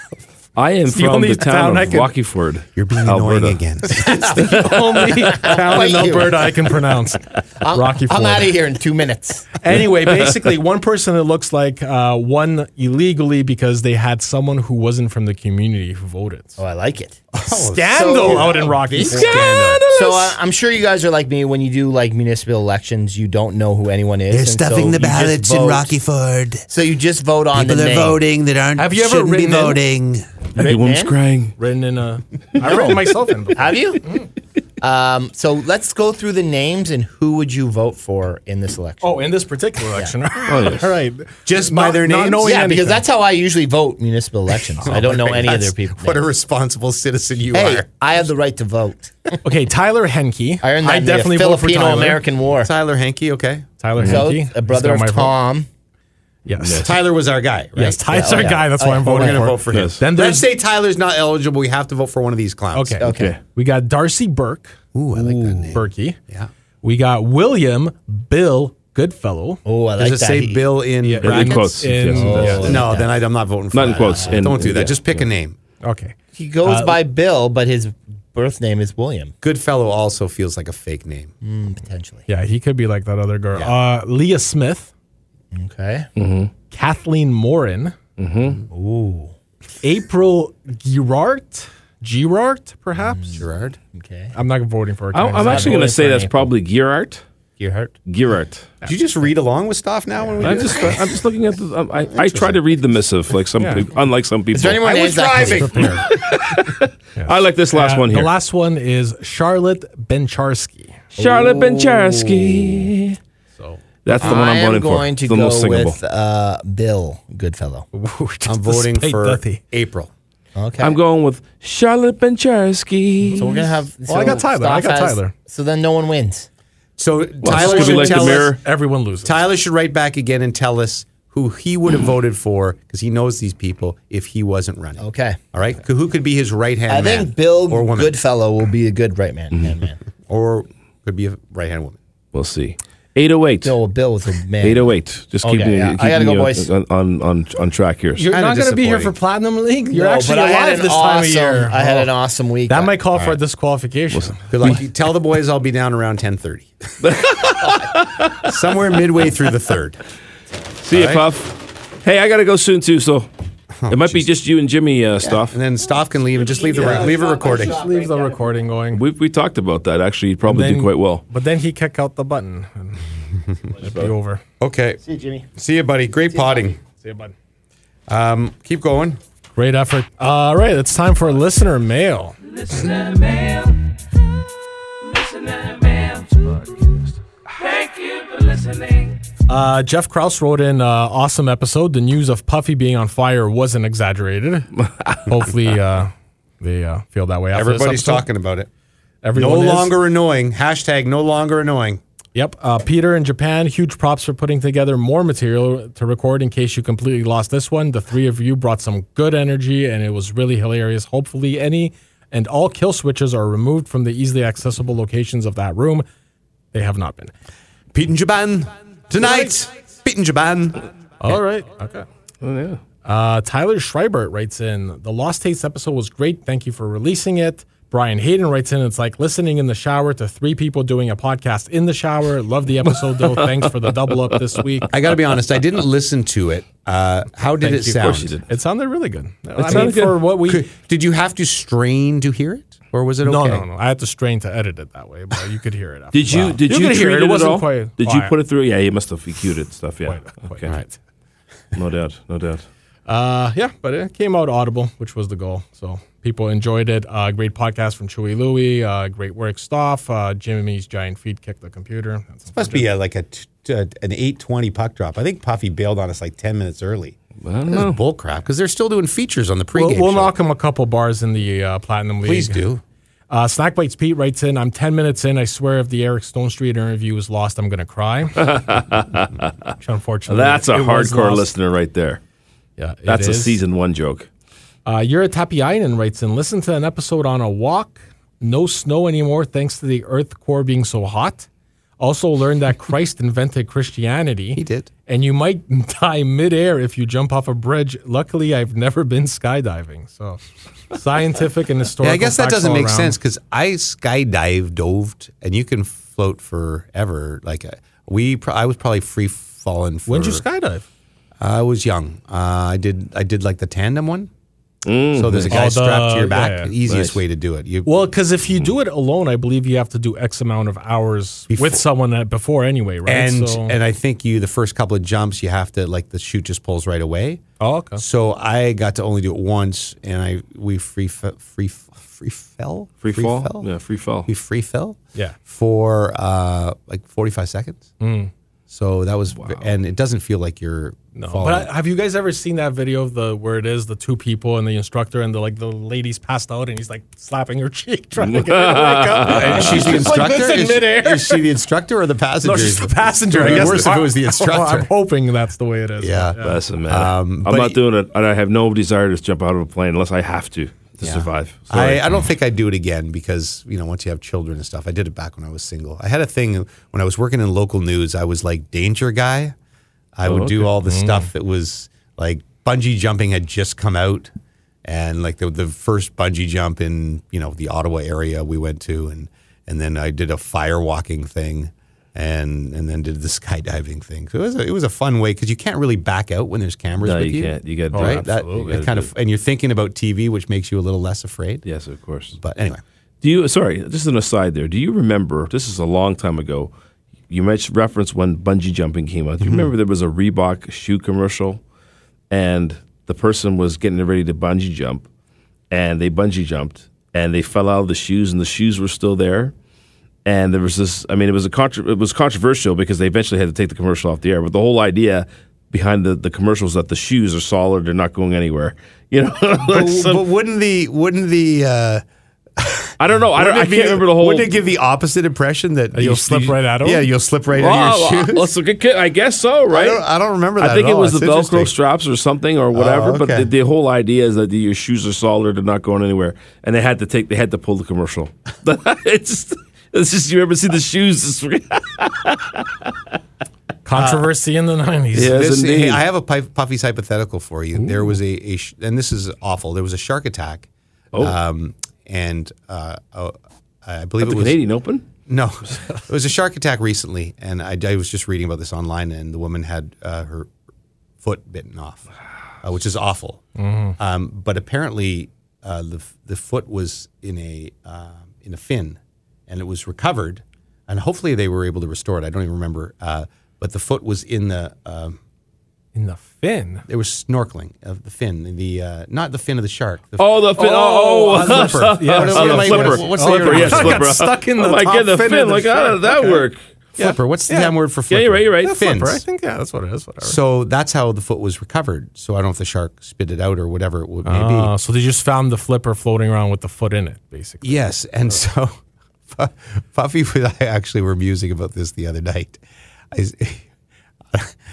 Speaker 4: I am
Speaker 2: the
Speaker 4: from
Speaker 2: only
Speaker 4: the town,
Speaker 2: town I
Speaker 4: of
Speaker 2: can-
Speaker 4: Rockeford.
Speaker 5: You're being
Speaker 4: Alberta.
Speaker 5: annoying again.
Speaker 2: only town in
Speaker 3: you.
Speaker 2: Alberta I can pronounce.
Speaker 3: I'm,
Speaker 2: Rocky Ford.
Speaker 3: I'm out of here in two minutes.
Speaker 2: Anyway, basically, one person it looks like uh, won illegally because they had someone who wasn't from the community who voted.
Speaker 3: Oh, I like it.
Speaker 2: Scandal
Speaker 3: so-
Speaker 2: out in Rocky. Ford.
Speaker 3: So uh, I'm sure you guys are like me when you do like municipal elections, you don't know who anyone is. and so you just vote-
Speaker 6: Ford.
Speaker 3: So you just vote on the name.
Speaker 6: that aren't
Speaker 2: Have you ever shouldn't be written in?
Speaker 6: voting.
Speaker 4: Everyone's
Speaker 3: man.
Speaker 4: crying.
Speaker 2: Written in a. I written myself in. before.
Speaker 3: Have you? um, so let's go through the names and who would you vote for in this election?
Speaker 2: Oh, in this particular election.
Speaker 4: yes.
Speaker 2: All right.
Speaker 5: Just by
Speaker 2: Not-
Speaker 5: their
Speaker 2: not
Speaker 5: names?
Speaker 2: knowing
Speaker 3: yeah, because
Speaker 2: anything.
Speaker 3: that's how I usually vote municipal elections. I don't know any other
Speaker 5: That's-
Speaker 3: people.
Speaker 5: What a responsible citizen you
Speaker 3: hey,
Speaker 5: are.
Speaker 3: I have the right to vote.
Speaker 2: okay. Tyler Henke.
Speaker 3: I earned that in the
Speaker 2: vote for Tyler.
Speaker 3: Filipino American War.
Speaker 5: Tyler Hankey, okay.
Speaker 2: Tyler
Speaker 3: So
Speaker 2: Henke,
Speaker 3: a brother
Speaker 2: He's got
Speaker 3: of
Speaker 2: my vote.
Speaker 3: Tom.
Speaker 2: Yes.
Speaker 5: Tyler was our guy. Right?
Speaker 2: Yes, Ty's
Speaker 3: Yeah,
Speaker 2: our
Speaker 3: oh, yeah.
Speaker 2: guy. That's why
Speaker 3: I-
Speaker 2: I'm
Speaker 3: oh,
Speaker 5: We're
Speaker 2: voting
Speaker 5: gonna
Speaker 2: for.
Speaker 5: vote for him.
Speaker 4: Yes.
Speaker 2: Then
Speaker 5: Let's
Speaker 2: there's
Speaker 5: say Tyler's not eligible. We have to vote for one of these clowns.
Speaker 2: okay.
Speaker 3: Okay.
Speaker 2: We got Darcy Burke.
Speaker 5: Ooh, I like that name.
Speaker 2: Berkey.
Speaker 5: Yeah.
Speaker 2: We got William Bill Goodfellow.
Speaker 3: Oh, I like
Speaker 5: Does it
Speaker 3: that.
Speaker 5: say
Speaker 3: He-
Speaker 5: Bill in
Speaker 2: Yeah,
Speaker 5: brackets?
Speaker 4: in quotes.
Speaker 2: in-
Speaker 4: yes, it
Speaker 3: Oh.
Speaker 4: does.
Speaker 5: No, then I, I'm not voting for
Speaker 4: Not in
Speaker 5: that.
Speaker 4: quotes, in-
Speaker 5: Don't do that.
Speaker 4: yeah,
Speaker 5: Just pick a name.
Speaker 2: Okay.
Speaker 3: He goes by Bill, but his birth name is William,
Speaker 5: Goodfellow also feels like a fake name.
Speaker 3: Mm. potentially.
Speaker 2: Yeah, he could be like that other girl.
Speaker 5: Yeah.
Speaker 2: Uh, Leah Smith,
Speaker 3: Okay.
Speaker 2: Kathleen Morin,
Speaker 3: Ooh.
Speaker 2: April Girart, Girart, perhaps.
Speaker 5: Gerard?
Speaker 3: Okay.
Speaker 2: I'm not voting for her.
Speaker 4: I, am
Speaker 2: tonight.
Speaker 4: actually going
Speaker 3: voting
Speaker 4: to say
Speaker 3: for
Speaker 4: that's
Speaker 3: Naples.
Speaker 4: probably Gerard.
Speaker 3: Gerhardt.
Speaker 4: Gerard.
Speaker 5: Did you just read along with stuff now? When we
Speaker 4: I'm
Speaker 5: do
Speaker 4: just,
Speaker 5: this?
Speaker 4: I'm just looking at the. I, I try to read the missive, like some,
Speaker 2: Yeah.
Speaker 4: peop- unlike some people.
Speaker 3: Is there anyone
Speaker 5: I
Speaker 3: named
Speaker 5: was
Speaker 3: that?
Speaker 5: driving.
Speaker 4: I like this last
Speaker 2: Uh,
Speaker 4: one here.
Speaker 2: The last one is Charlotte Bencharsky.
Speaker 4: Charlotte Bencharsky.
Speaker 2: So
Speaker 4: That's the one
Speaker 3: I
Speaker 4: I'm
Speaker 3: am
Speaker 4: voting for.
Speaker 3: going to
Speaker 4: the
Speaker 3: go
Speaker 4: most singable.
Speaker 3: with uh, Bill Goodfellow.
Speaker 5: I'm voting
Speaker 2: Despite
Speaker 5: for
Speaker 2: Duffy.
Speaker 5: April.
Speaker 3: Okay.
Speaker 4: I'm going with Charlotte Bencharsky.
Speaker 3: So we're gonna have.
Speaker 2: Well, I
Speaker 3: so
Speaker 2: got Tyler. I
Speaker 3: Stoff
Speaker 2: got
Speaker 3: has-
Speaker 2: Tyler.
Speaker 3: So then no one wins.
Speaker 5: So
Speaker 4: this
Speaker 5: Tyler
Speaker 4: could be
Speaker 5: should
Speaker 4: like the
Speaker 5: tell
Speaker 4: mirror.
Speaker 5: us.
Speaker 2: Everyone loses.
Speaker 5: Tyler should write back again and tell us who he would have voted for because he knows these people if he wasn't running.
Speaker 3: Okay.
Speaker 5: All right. Who could be his right hand
Speaker 3: I
Speaker 5: man?
Speaker 3: think Bill
Speaker 5: or woman,
Speaker 3: Goodfellow will be a good right man. Handman.
Speaker 5: or could be a right hand woman.
Speaker 4: We'll see. 808.
Speaker 3: Bill, Oh, Bill was a man.
Speaker 4: 808. Just keep
Speaker 3: Okay,
Speaker 4: me.
Speaker 3: yeah. I
Speaker 4: keep
Speaker 3: gotta
Speaker 4: me
Speaker 3: go,
Speaker 4: on-
Speaker 3: boys.
Speaker 4: On, on on on track here.
Speaker 2: You're
Speaker 5: Kinda
Speaker 2: not going to be here for
Speaker 5: disappointing.
Speaker 2: Platinum League. You're
Speaker 3: No,
Speaker 2: actually
Speaker 3: Oh, but I had
Speaker 2: alive
Speaker 3: an
Speaker 2: this time of
Speaker 3: awesome,
Speaker 2: year.
Speaker 3: I had
Speaker 2: Oh.
Speaker 3: an awesome week.
Speaker 2: That might call for a disqualification.
Speaker 5: Good luck. tell the boys I'll be down around ten thirty. Somewhere midway through the third.
Speaker 4: see you,
Speaker 5: All right.
Speaker 4: Puff. Hey, I got to go soon too. So it might be just you and Jimmy uh, stuff.
Speaker 5: And then Stoff can leave and just leave the
Speaker 2: Yeah,
Speaker 5: leave a
Speaker 2: stop
Speaker 5: recording.
Speaker 2: Just leave the recording going.
Speaker 4: We we talked about that actually. You probably did
Speaker 2: Then-
Speaker 4: quite well.
Speaker 2: But then he kicked out the button. And it'd be over.
Speaker 5: Okay.
Speaker 3: Hey, Jimmy.
Speaker 5: See you, buddy. Great potting.
Speaker 2: See you, bud.
Speaker 5: Keep going.
Speaker 2: Great effort. All right, it's time for listener mail.
Speaker 1: Listener mail. Listener mail. Thank you for listening.
Speaker 2: Uh, Jeff Krause wrote in uh, awesome episode. The news of Puffy being on fire wasn't exaggerated. Hopefully, uh, they uh, feel that way. After this
Speaker 5: Everybody's
Speaker 2: episode.
Speaker 5: talking about it. No
Speaker 2: Everyone is.
Speaker 5: longer annoying. Hashtag no longer annoying.
Speaker 2: Yep. Uh, Peter in Japan, huge props for putting together more material to record in case you completely lost this one. The three of you brought some good energy and it was really hilarious. Hopefully, any and all kill switches are removed from the easily accessible locations of that room. They have not been.
Speaker 5: Pete in Japan tonight. Pete in Japan.
Speaker 2: All right. Okay. Uh, Tyler Schreibert writes in The Lost Tapes episode was great. Thank you for releasing it. Brian Hayden writes in It's like listening in the shower to three people doing a podcast in the shower. Love the episode, though. Thanks for the double up this week.
Speaker 5: I got to be honest. I didn't listen to it. Uh, how did it
Speaker 4: Of
Speaker 5: sound?
Speaker 4: course you did.
Speaker 2: It sounded really good. I mean,
Speaker 4: sounded good.
Speaker 2: for what we.
Speaker 5: Could- did you have to strain to hear it, or was it okay?
Speaker 2: no, no, no. I had to strain to edit it that way, but you could hear it. After.
Speaker 4: Did you did
Speaker 2: You
Speaker 4: you, treat
Speaker 2: could hear it. It
Speaker 4: it, at
Speaker 2: wasn't
Speaker 4: all?
Speaker 2: quite-
Speaker 4: Did
Speaker 2: Oh,
Speaker 4: you
Speaker 2: yeah.
Speaker 4: put it through? Yeah, you must have EQ'd it stuff. Yeah.
Speaker 2: quite
Speaker 4: okay.
Speaker 2: right.
Speaker 4: No doubt. No doubt.
Speaker 2: Uh, yeah, but it came out audible, which was the goal. So people enjoyed it. Uh, great podcast from Chewy Louie. Uh, great work, Stoff. Uh, Jimmy's giant feet kicked the computer. That's
Speaker 5: Must be a, like a t- t- uh, an eight twenty puck drop. I think Puffy bailed on us like ten minutes early.
Speaker 4: I don't
Speaker 5: That
Speaker 4: know.
Speaker 5: was bull crap because they're still doing features on the pregame.
Speaker 2: We'll, we'll
Speaker 5: show.
Speaker 2: knock him a couple bars in the uh, Platinum League.
Speaker 5: Please do.
Speaker 2: Uh, Snack Bites Pete writes in, I'm 10 minutes in. I swear if the Eric Stone Street interview is lost, I'm going to cry. Which unfortunately.
Speaker 4: That's a
Speaker 2: it was
Speaker 4: hardcore
Speaker 2: lost.
Speaker 4: listener right there.
Speaker 2: Yeah, it
Speaker 4: That's a
Speaker 2: is.
Speaker 4: season one joke.
Speaker 2: Uh, Yura Tapiainen writes in, listen to an episode on a walk. No snow anymore thanks to the earth core being so hot. Also learned that Christ invented Christianity.
Speaker 5: He did.
Speaker 2: And you might die midair if you jump off a bridge. Luckily, I've never been skydiving. So scientific and historical.
Speaker 5: Yeah, I guess that
Speaker 2: facts
Speaker 5: doesn't
Speaker 2: all
Speaker 5: make
Speaker 2: around.
Speaker 5: sense because I skydive doved, and you can float forever. Like uh, we, pro- I was probably free falling. For,
Speaker 2: When did you skydive?
Speaker 5: I was young. Uh, I did. I did like the tandem one.
Speaker 4: Mm.
Speaker 5: so there's a guy
Speaker 2: Oh, the-
Speaker 5: strapped to
Speaker 2: yeah,
Speaker 5: your back.
Speaker 2: yeah.
Speaker 5: Easiest
Speaker 4: Nice.
Speaker 5: way to do it. You,
Speaker 2: Well, because if
Speaker 5: Hmm.
Speaker 2: you do it alone, I believe you have to do X amount of hours with someone at- before anyway, right?
Speaker 5: and
Speaker 2: So-
Speaker 5: and I think you the first couple of jumps you have to like the chute just pulls right away.
Speaker 2: oh, okay.
Speaker 5: So I got to only do it once, and I we free fe- free f- free fell
Speaker 4: Free, fall?
Speaker 5: fell?
Speaker 4: Yeah, free fall.
Speaker 5: we free fell
Speaker 2: Yeah.
Speaker 5: for uh, like forty five seconds. So that was, and it doesn't feel like you're.
Speaker 2: Mm. No,
Speaker 5: following-
Speaker 2: but I, have you guys ever seen that video of the where it is the two people and the instructor and the like the lady's passed out and he's like slapping her cheek trying to get her to wake up.
Speaker 5: and she's the instructor.
Speaker 2: Like this in
Speaker 5: is,
Speaker 2: midair.
Speaker 5: is she the instructor or the passenger?
Speaker 2: no, she's the passenger.
Speaker 5: It'd
Speaker 2: I
Speaker 5: be
Speaker 2: guess Oh,
Speaker 5: worse if it was the instructor.
Speaker 2: I'm hoping that's the way it is.
Speaker 5: yeah.
Speaker 4: Bless him, man.
Speaker 5: Um,
Speaker 4: I'm
Speaker 5: but
Speaker 4: not
Speaker 5: he-
Speaker 4: doing it, and I have no desire to jump out of a plane unless I have to to survive. So
Speaker 5: I, I don't think I'd do it again because, you know, once you have children and stuff, I did it back when I was single. I had a thing when I was working in local news, I was like danger guy. I
Speaker 4: Oh,
Speaker 5: would do all the
Speaker 4: Mm.
Speaker 5: stuff that was like bungee jumping had just come out. And like the, the first bungee jump in, you know, the Ottawa area we went to. And, and then I did a fire walking thing and, and then did the skydiving thing. So it was a, it was a fun way because you can't really back out when there's cameras
Speaker 4: no,
Speaker 5: with
Speaker 4: you
Speaker 5: you.
Speaker 4: can't. You got
Speaker 5: Right, that, it kind of, and you're thinking about TV, which makes you a little less afraid.
Speaker 4: Yes, of course.
Speaker 5: But anyway,
Speaker 4: Do you? Sorry, just an aside there. Do you remember? This is a long time ago. You mentioned reference when bungee jumping came out. Do you
Speaker 5: Mm-hmm.
Speaker 4: remember there was a Reebok shoe commercial, and the person was getting ready to bungee jump, and they bungee jumped, and they fell out of the shoes, and the shoes were still there. And there was this. I mean, it was a contro- it was controversial because they eventually had to take the commercial off the air. But the whole idea behind the, the commercial is that the shoes are solid; they're not going anywhere. You know,
Speaker 5: but,
Speaker 4: So-
Speaker 5: but wouldn't the wouldn't the uh,
Speaker 4: I don't know. I, don't,
Speaker 5: wouldn't it
Speaker 4: I can't
Speaker 5: be-
Speaker 4: remember the whole.
Speaker 5: Wouldn't it give the opposite impression that you'll,
Speaker 2: slip right out of
Speaker 5: Yeah,
Speaker 2: them?
Speaker 5: you'll slip right out
Speaker 4: Oh,
Speaker 5: of your shoes.
Speaker 4: well, it's a good kid. I guess so, right?
Speaker 5: I, don't, I don't remember that.
Speaker 4: I think
Speaker 5: at
Speaker 4: it
Speaker 5: all.
Speaker 4: was the
Speaker 5: That's
Speaker 4: Velcro
Speaker 5: interesting. Oh,
Speaker 4: straps or something or whatever. But
Speaker 5: okay.
Speaker 4: the, the whole idea is that your shoes are solid; they're not going anywhere. And they had to take, they had to pull the commercial. it's just, it's just you ever see the shoes? It's-
Speaker 2: Controversy in the nineties.
Speaker 4: Yeah. Yes,
Speaker 5: This- hey,
Speaker 4: indeed.
Speaker 5: I have a pi- Puffy's hypothetical for you. There was a, a sh- and this is awful. There was a shark attack.
Speaker 4: Oh.
Speaker 5: Um, and uh, uh, I believe
Speaker 4: the
Speaker 5: it was
Speaker 4: Canadian Open.
Speaker 5: No, it was a shark attack recently, and I, I was just reading about this online, and the woman had uh, her foot bitten off, uh, which is awful.
Speaker 4: Mm-hmm.
Speaker 5: Um, but apparently, uh, the f- the foot was in a um in a fin, and it was recovered, and hopefully they were able to restore it. I don't even remember, uh, but the foot was in the um,
Speaker 2: In the fin.
Speaker 5: it was snorkeling of the fin, the uh, not the fin of the shark. The
Speaker 4: Oh, the fin. Oh, oh,
Speaker 5: flipper.
Speaker 2: Yeah,
Speaker 5: What-
Speaker 2: oh,
Speaker 5: what
Speaker 2: the
Speaker 5: am I- what-
Speaker 4: flipper.
Speaker 5: What's the
Speaker 4: flipper.
Speaker 5: word?
Speaker 4: Yes,
Speaker 2: I got
Speaker 4: flipper.
Speaker 2: stuck in the
Speaker 4: Oh my
Speaker 2: top
Speaker 4: God, the
Speaker 2: fin of
Speaker 4: fin.
Speaker 2: the
Speaker 4: like, how did that work?
Speaker 5: Flipper. What's the damn word for
Speaker 4: Yeah,
Speaker 5: flipper?
Speaker 4: you're right. You're right.
Speaker 2: Yeah, flipper. I
Speaker 5: Fins.
Speaker 2: think yeah, that's what it is. Whatever.
Speaker 5: So that's how the foot was recovered. So I don't know if the shark spit it out or whatever it would may
Speaker 2: Ah,
Speaker 4: uh,
Speaker 5: be.
Speaker 2: so they just found the flipper floating around with the foot in it, basically.
Speaker 5: Yes,
Speaker 2: Oh.
Speaker 5: and so Pu- Puffy and I actually were musing about this the other night. I, s-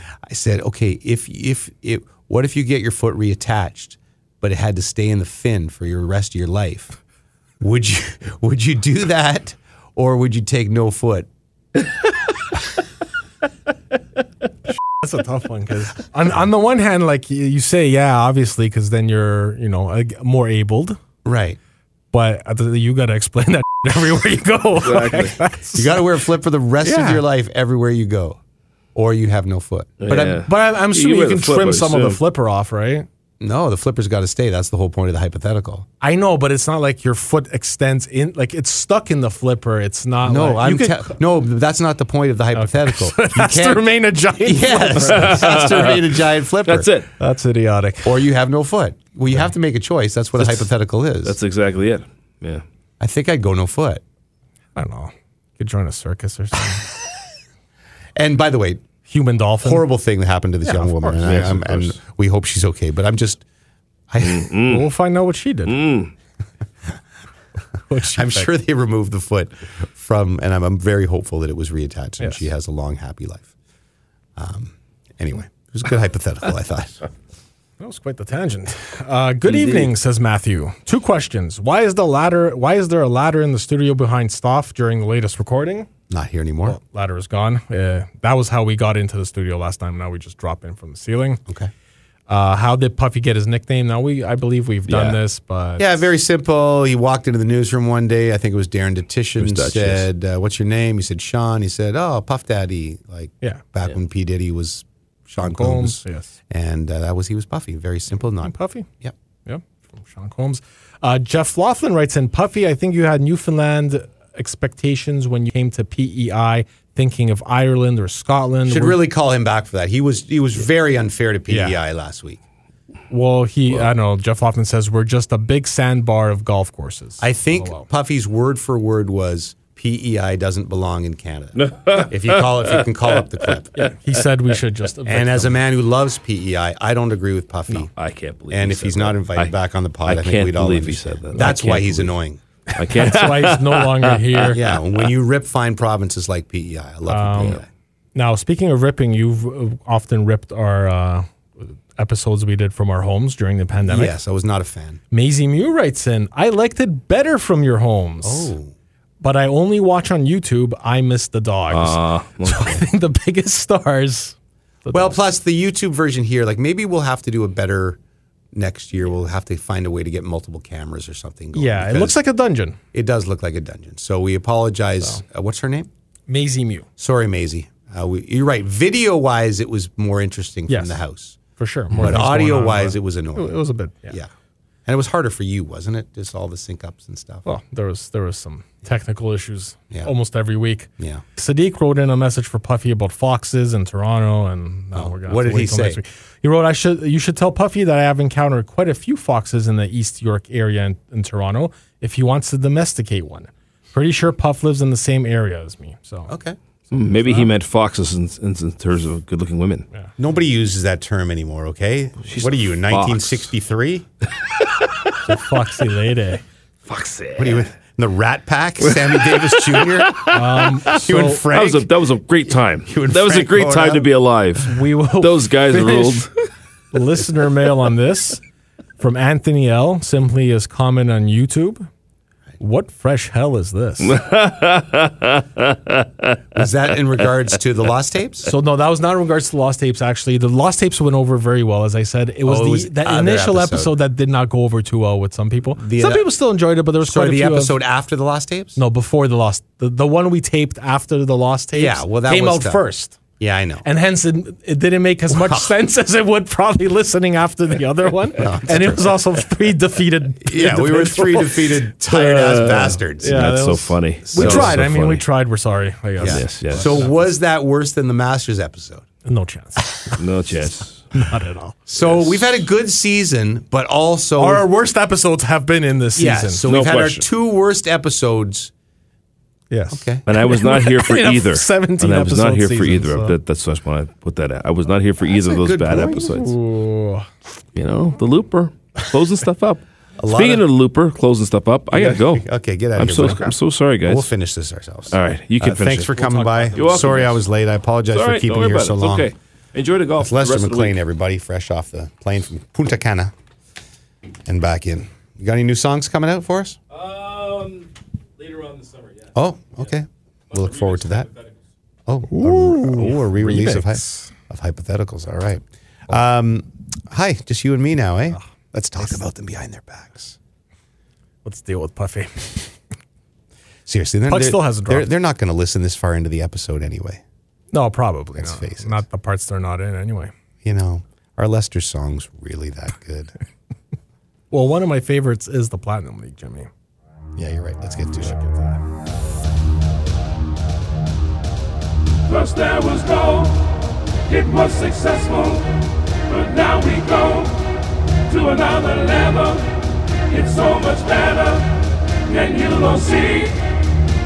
Speaker 5: I said, okay, if if it, what if you get your foot reattached, but it had to stay in the fin for your rest of your life? Would you would you do that, or would you take no foot?
Speaker 2: That's a tough one because on, on the one hand, like y- you say, yeah, obviously, because then you're you know ag- more abled,
Speaker 5: Right.
Speaker 2: but at the- you got to explain that everywhere you go. Exactly.
Speaker 5: You got to wear a flip for the rest of
Speaker 2: Yeah.
Speaker 5: your life everywhere you go, or you have no foot.
Speaker 2: but
Speaker 4: Yeah.
Speaker 2: I'm, but I'm, I'm assuming you,
Speaker 4: wear the
Speaker 2: can
Speaker 4: flip, I
Speaker 2: trim some of the
Speaker 4: assume.
Speaker 2: flipper off, right?
Speaker 5: No, the flipper's got to stay. That's the whole point of the hypothetical.
Speaker 2: I know, but it's not like your foot extends in, like it's stuck in the flipper. It's not.
Speaker 5: No,
Speaker 2: like,
Speaker 5: I'm
Speaker 2: you could-
Speaker 5: te- no. That's not the point of the hypothetical. You
Speaker 2: has to
Speaker 5: can't-
Speaker 2: remain a giant.
Speaker 5: Yes, it has to remain a giant flipper.
Speaker 4: That's it.
Speaker 2: That's idiotic.
Speaker 5: Or you have no foot. Well, you have to make a choice. That's what a hypothetical is.
Speaker 4: That's exactly it. Yeah.
Speaker 5: I think I'd go no foot.
Speaker 2: I don't know. You could join a circus or something.
Speaker 5: And by the way,
Speaker 2: Human dolphin.
Speaker 5: horrible thing that happened to this young
Speaker 2: of
Speaker 5: woman,
Speaker 2: course. Mm-hmm.
Speaker 5: and, I-
Speaker 4: Yes, of
Speaker 5: I'm- and
Speaker 4: course.
Speaker 5: we hope she's okay. But I'm just, I,
Speaker 2: We'll find out what she did. What she
Speaker 5: Mm. I'm
Speaker 2: picked.
Speaker 5: sure they removed the foot from, and I'm, I'm very hopeful that it was reattached, and
Speaker 2: Yes.
Speaker 5: she has a long, happy life. Um, anyway, it was a good hypothetical. I thought.
Speaker 2: That was quite the tangent. Uh, good evening, says Matthew. Two questions. Why is the ladder? Why is there a ladder in the studio behind Stoff during the latest recording?
Speaker 5: Not here anymore.
Speaker 2: Ladder is gone. Uh, that was how we got into the studio last time. Now we just drop in from the ceiling.
Speaker 5: okay.
Speaker 2: Uh, how did Puffy get his nickname? Now we, I believe we've done
Speaker 4: Yeah.
Speaker 2: this, but
Speaker 5: Yeah, very simple. He walked into the newsroom one day. I think it was Darren
Speaker 4: was
Speaker 5: Detition.
Speaker 4: Dutch, yes.
Speaker 5: Said, uh, "What's your name?" He said, "Sean." He said, "Oh, Puff Daddy." Like
Speaker 2: Yeah.
Speaker 5: back when P Diddy was Sean Combs.
Speaker 2: Combs, yes.
Speaker 5: and uh, that was he was Puffy. Very simple, not
Speaker 2: Puffy.
Speaker 5: Yep.
Speaker 2: Yep, from Sean Combs. Uh, Jeff Laughlin writes in Puffy, I think you had Newfoundland expectations when you came to PEI, thinking of Ireland or Scotland.
Speaker 5: Should
Speaker 2: Were-
Speaker 5: really call him back for that. He was he was very unfair to PEI last week.
Speaker 2: Well, he, I don't know. Jeff Laughlin says we're just a big sandbar of golf courses.
Speaker 5: I think
Speaker 2: LOL.
Speaker 5: Puffy's word for word was PEI doesn't belong in Canada. if you call it, if you can call up the clip.
Speaker 2: He said we should just.
Speaker 5: And as a man who loves PEI, I don't agree with Puffy.
Speaker 4: I can't believe.
Speaker 5: and
Speaker 4: he
Speaker 5: if
Speaker 4: said
Speaker 5: he's not
Speaker 4: that.
Speaker 5: invited
Speaker 4: I-
Speaker 5: back on the pod,
Speaker 4: I
Speaker 5: I, think
Speaker 4: can't
Speaker 5: we'd all
Speaker 4: believe he
Speaker 5: understand.
Speaker 4: said that.
Speaker 5: That's
Speaker 4: I can't
Speaker 5: why he's
Speaker 4: believe-
Speaker 5: annoying.
Speaker 4: I can't.
Speaker 2: that's why he's no longer here.
Speaker 5: Yeah, when you rip fine provinces like PEI, I
Speaker 2: Um,
Speaker 5: love PEI.
Speaker 2: Now, speaking of ripping, you've uh, often ripped our uh, episodes we did from our homes during the pandemic.
Speaker 5: Yes, I was not a fan.
Speaker 2: Maisie Mew writes in, I liked it better from your homes.
Speaker 5: Oh.
Speaker 2: But I only watch on YouTube. I miss the dogs.
Speaker 5: Ah.
Speaker 4: Uh,
Speaker 2: so I think the biggest stars.
Speaker 5: Well, plus the YouTube version here, like maybe we'll have to do a better next year. We'll have to find a way to get multiple cameras or something. Going
Speaker 2: Yeah, it
Speaker 5: Oh, because
Speaker 2: looks like a dungeon.
Speaker 5: it does look like a dungeon. So we apologize. Uh, what's her name?
Speaker 2: Maisie Mew,
Speaker 5: Sorry, Maisie. Uh, we, you're right. Video wise, it was more interesting
Speaker 2: Yes.
Speaker 5: from the house,
Speaker 2: for sure. More
Speaker 5: but
Speaker 2: things going
Speaker 5: audio
Speaker 2: on,
Speaker 5: wise,
Speaker 2: but
Speaker 5: it was
Speaker 2: it,
Speaker 5: annoying.
Speaker 2: was a bit. Yeah.
Speaker 5: yeah, and it was harder for you, wasn't it? Just all the sync ups and stuff.
Speaker 2: Well, there was there was some technical issues
Speaker 5: Yeah.
Speaker 2: almost every week.
Speaker 5: Yeah.
Speaker 2: Sadiq wrote in a message for Puffy about foxes in Toronto, and now we're gonna
Speaker 5: Oh, what
Speaker 2: have
Speaker 5: did
Speaker 2: to
Speaker 5: he
Speaker 2: wait till next
Speaker 5: say?
Speaker 2: week. He wrote, "I should you should tell Puffy that I have encountered quite a few foxes in the East York area in, in Toronto. If he wants to domesticate one, pretty sure Puff lives in the same area as me. So
Speaker 5: Okay.
Speaker 4: maybe he meant foxes in, in, in terms of good-looking women.
Speaker 5: Nobody uses that term anymore. Okay. what are
Speaker 4: a
Speaker 5: you in
Speaker 4: fox.
Speaker 5: 1963?
Speaker 2: foxy lady.
Speaker 4: Foxes.
Speaker 5: What are you in the Rat Pack? Sammy Davis Jr. you and
Speaker 2: so-
Speaker 5: Frank.
Speaker 4: That was a that was a great time.
Speaker 5: You and
Speaker 4: that was a
Speaker 5: Frank
Speaker 4: great
Speaker 5: going
Speaker 4: time to
Speaker 5: out. uh,
Speaker 4: be alive.
Speaker 2: We will
Speaker 4: Those guys
Speaker 2: finish
Speaker 4: ruled.
Speaker 2: listener mail on this from Anthony L. Simply as comment on YouTube. What fresh hell is this?
Speaker 5: Is that in regards to the lost tapes?
Speaker 2: so no, that was not in regards to the lost tapes. Actually, the lost tapes went over very well. As I said, it was
Speaker 5: Oh, it
Speaker 2: the
Speaker 5: was
Speaker 2: that
Speaker 5: other
Speaker 2: initial
Speaker 5: episode.
Speaker 2: episode. that did not go over too well with some people. some
Speaker 5: the-
Speaker 2: people still enjoyed it, but there was
Speaker 5: Sorry,
Speaker 2: quite a
Speaker 5: the
Speaker 2: few of-
Speaker 5: episode after the lost tapes?
Speaker 2: no, before the lost, the, the one we taped after the lost tapes.
Speaker 5: Yeah, well, that
Speaker 2: came
Speaker 5: was
Speaker 2: out
Speaker 5: done.
Speaker 2: first.
Speaker 5: Yeah, I know.
Speaker 2: and hence it, it didn't make as much sense as it would probably listening after the other one. and it was also three defeated.
Speaker 5: yeah, we were three
Speaker 2: individuals.
Speaker 5: defeated, tired ass bastards.
Speaker 2: yeah.
Speaker 4: That's
Speaker 2: that
Speaker 4: so
Speaker 2: was-
Speaker 4: funny.
Speaker 2: We
Speaker 4: That was
Speaker 2: tried.
Speaker 4: so
Speaker 2: I mean, we
Speaker 4: funny.
Speaker 2: tried. We're sorry. I guess.
Speaker 4: Yes, yes.
Speaker 5: So was that worse than the Masters episode?
Speaker 2: No chance.
Speaker 4: no chance.
Speaker 2: Not at all.
Speaker 5: So we've had a good season, but also
Speaker 2: Our worst episodes have been in this
Speaker 5: yeah.
Speaker 2: season.
Speaker 5: So
Speaker 4: No
Speaker 5: we've had
Speaker 4: question.
Speaker 5: our two worst episodes.
Speaker 2: yes.
Speaker 5: Okay.
Speaker 4: And I was not here for
Speaker 2: In a
Speaker 4: either.
Speaker 2: 17
Speaker 4: and I was not
Speaker 2: episode
Speaker 4: here for
Speaker 2: season,
Speaker 4: either.
Speaker 2: so-
Speaker 4: That, that's just why I put that. Out. I was not here for either of those
Speaker 5: good
Speaker 4: bad
Speaker 5: point.
Speaker 4: episodes. You know, the looper closing stuff up.
Speaker 5: lot
Speaker 4: Speaking of,
Speaker 5: of-
Speaker 4: the looper closing stuff up, I gotta go.
Speaker 5: Okay, get out
Speaker 4: I'm
Speaker 5: of
Speaker 4: so
Speaker 5: here.
Speaker 4: I'm so sorry, guys.
Speaker 5: We'll finish this ourselves.
Speaker 4: All right, you can
Speaker 5: Uh,
Speaker 4: finish.
Speaker 5: thanks
Speaker 4: it.
Speaker 5: for
Speaker 4: We'll
Speaker 5: coming
Speaker 4: talk
Speaker 5: by.
Speaker 4: about it. You're welcome.
Speaker 5: Sorry I was late. I apologize
Speaker 4: It's all
Speaker 5: for
Speaker 4: right,
Speaker 5: keeping me
Speaker 4: don't worry
Speaker 5: here
Speaker 4: about
Speaker 5: so
Speaker 4: it.
Speaker 5: long.
Speaker 4: It's okay. Enjoy the golf.
Speaker 5: It's Lester
Speaker 4: the rest of the
Speaker 5: McLean,
Speaker 4: week.
Speaker 5: everybody, fresh off the plane from Punta Cana and back in. You got any new songs coming out for us?
Speaker 4: Um, later on this summer, yeah.
Speaker 5: Oh, okay. We'll look forward to that. Oh, a- oh, a re-release of, hy- of hypotheticals. All right. Um, hi, just you and me now,
Speaker 4: Ah,
Speaker 5: eh? Let's talk about them behind their backs.
Speaker 2: Let's deal with Puffy.
Speaker 5: Seriously, they're,
Speaker 2: Puck
Speaker 5: they're-
Speaker 2: still hasn't
Speaker 5: they're,
Speaker 2: dropped.
Speaker 5: they're not going to listen this far into the episode anyway.
Speaker 2: No, probably.
Speaker 5: Let's
Speaker 2: not.
Speaker 5: face it.
Speaker 2: Not the parts they're not in anyway.
Speaker 5: You know, our Lester song's really that good.
Speaker 2: Well, one of my favorites is the Platinum League, Jimmy.
Speaker 5: yeah, you're right. Let's get to it.
Speaker 1: First there was no, it was successful, but now we go to another level. It's so much better, and you don't see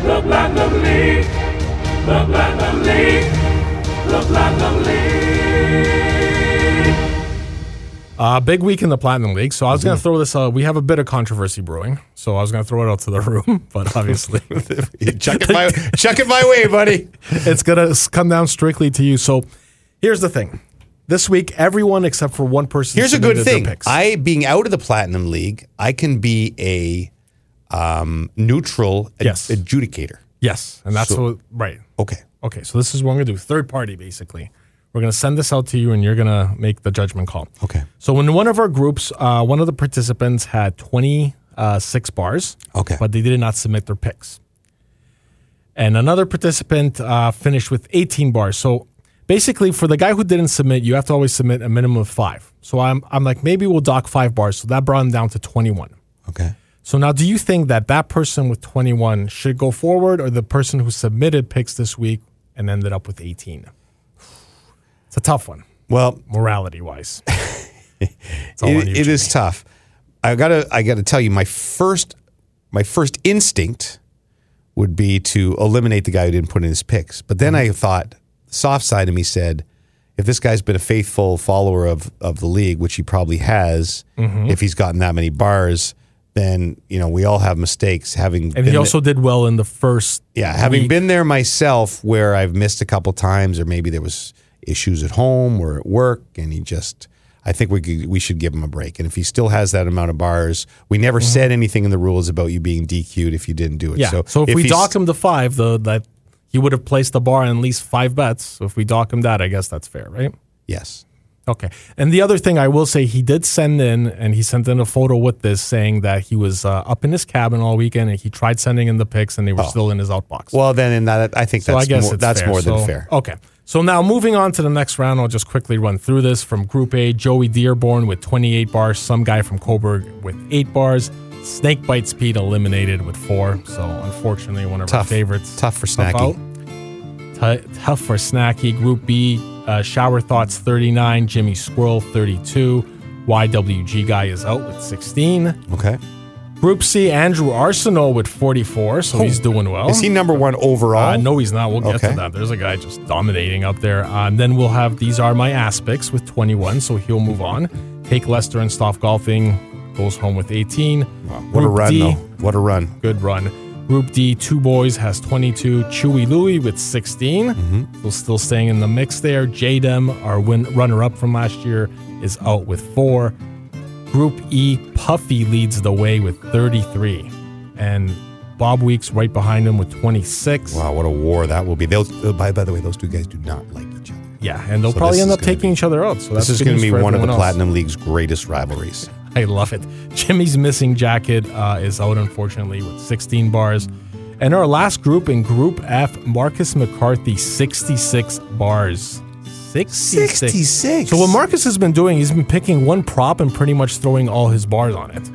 Speaker 1: the platinum league, the platinum league, the platinum league.
Speaker 2: Uh, big week in the Platinum League. So I was
Speaker 5: Mm-hmm.
Speaker 2: going to throw this. Uh, we have a bit of controversy brewing. So I was going to throw it out to the room, but obviously
Speaker 5: Chuck it my chuck it my way, buddy.
Speaker 2: it's gonna s- come down strictly to you. So here's the thing: this week, everyone except for one person.
Speaker 5: Here's a good
Speaker 2: submitted their
Speaker 5: thing.
Speaker 2: picks.
Speaker 5: I being out of the platinum league, I can be a um, neutral ad-
Speaker 2: Yes.
Speaker 5: adjudicator.
Speaker 2: yes, and that's
Speaker 5: So-
Speaker 2: what right.
Speaker 5: Okay.
Speaker 2: Okay, so this is what I'm gonna do. Third party, basically. We're gonna send this out to you, and you're gonna make the judgment call.
Speaker 5: Okay.
Speaker 2: So when one of our groups, uh, one of the participants had 26 bars.
Speaker 5: Okay.
Speaker 2: But they did not submit their picks. And another participant uh, finished with 18 bars. So basically, for the guy who didn't submit, you have to always submit a minimum of five. So I'm, I'm like, maybe we'll dock five bars. So that brought him down to 21.
Speaker 5: Okay.
Speaker 2: So now, do you think that that person with 21 should go forward or the person who submitted picks this week and ended up with 18? It's a tough one,
Speaker 5: Well,
Speaker 2: morality wise. it's all on you,
Speaker 5: it, it
Speaker 2: Jimmy.
Speaker 5: is tough. I gotta I gotta tell you, my first my first instinct would be to eliminate the guy who didn't put in his picks. But then
Speaker 2: Mm-hmm.
Speaker 5: I thought, the soft side of me said, if this guy's been a faithful follower of of the league, which he probably has,
Speaker 2: Mm-hmm.
Speaker 5: if he's gotten that many bars, then you know we all have mistakes. Having
Speaker 2: And
Speaker 5: been
Speaker 2: he
Speaker 5: the-
Speaker 2: also did well in the first.
Speaker 5: yeah, having
Speaker 2: week.
Speaker 5: been there myself, where I've missed a couple times, or maybe there was issues at home or at work, and he just, I think we could, we should give him a break. And if he still has that amount of bars, we never said anything in the rules about you being DQ'd if you didn't do it.
Speaker 2: Mm-hmm. Yeah. So,
Speaker 5: so,
Speaker 2: if, we
Speaker 5: he's-
Speaker 2: dock him to five, the that he would have placed the bar on at least five bets. So if we dock him that, I guess that's fair, right?
Speaker 5: yes,
Speaker 2: Okay. And the other thing I will say, he did send in, and he sent in a photo with this saying that he was uh, up in his cabin all weekend and he tried sending in the pics and they were
Speaker 5: Oh.
Speaker 2: still in his outbox.
Speaker 5: well then in that I think
Speaker 2: so
Speaker 5: that's
Speaker 2: I guess
Speaker 5: more,
Speaker 2: it's
Speaker 5: that's
Speaker 2: fair.
Speaker 5: more than
Speaker 2: So- Oh.
Speaker 5: fair.
Speaker 2: Okay. So now moving on to the next round, I'll just quickly run through this from Group A Joey Dearborn with 28 bars, some guy from Coburg with eight bars. Snake Bites Pete eliminated with four. So unfortunately, one of our
Speaker 5: Tough.
Speaker 2: favorites.
Speaker 5: Tough for
Speaker 2: Tough
Speaker 5: Snacky.
Speaker 2: out. T- tough for snacky. Group B, uh, Shower Thoughts 39, Jimmy Squirrel 32, YWG Guy is out with 16.
Speaker 5: Okay,
Speaker 2: Group C, Andrew Arsenal with 44, so he's doing well.
Speaker 5: Oh, is he number one overall?
Speaker 2: Uh, no, he's not. We'll get
Speaker 5: Oh, Okay.
Speaker 2: to that. There's a guy just dominating up there. Uh, and then we'll have These Are My Aspects with 21, so he'll move on. Take Lester and Stop Golfing, goes home with 18.
Speaker 5: what a
Speaker 2: Group
Speaker 5: run
Speaker 2: D,
Speaker 5: though! What a run!
Speaker 2: good run. Group D, Two Boys has 22. Chewy Louie with 16.
Speaker 5: Mm-hmm.
Speaker 2: So still staying in the mix there. JDEM, our win- runner up from last year, is out with four. Group E, Puffy leads the way with 33. And Bob Weeks right behind him with 26.
Speaker 5: Wow, what a war that will be. They'll uh, by by the way, those two guys do not like each other.
Speaker 2: Yeah, and they'll
Speaker 5: So
Speaker 2: probably
Speaker 5: this
Speaker 2: end
Speaker 5: is
Speaker 2: up
Speaker 5: gonna
Speaker 2: taking
Speaker 5: be-
Speaker 2: each other out. So
Speaker 5: This
Speaker 2: that's
Speaker 5: is
Speaker 2: going to
Speaker 5: be one of the Platinum League's greatest rivalries.
Speaker 2: I love it. Jimmy's missing jacket uh, is out, unfortunately, with 16 bars. And our last group in Group F, Marcus McCarthy, 66 bars. 66.
Speaker 5: 66.
Speaker 2: So what Marcus has been doing, he's been picking one prop and pretty much throwing all his bars on it.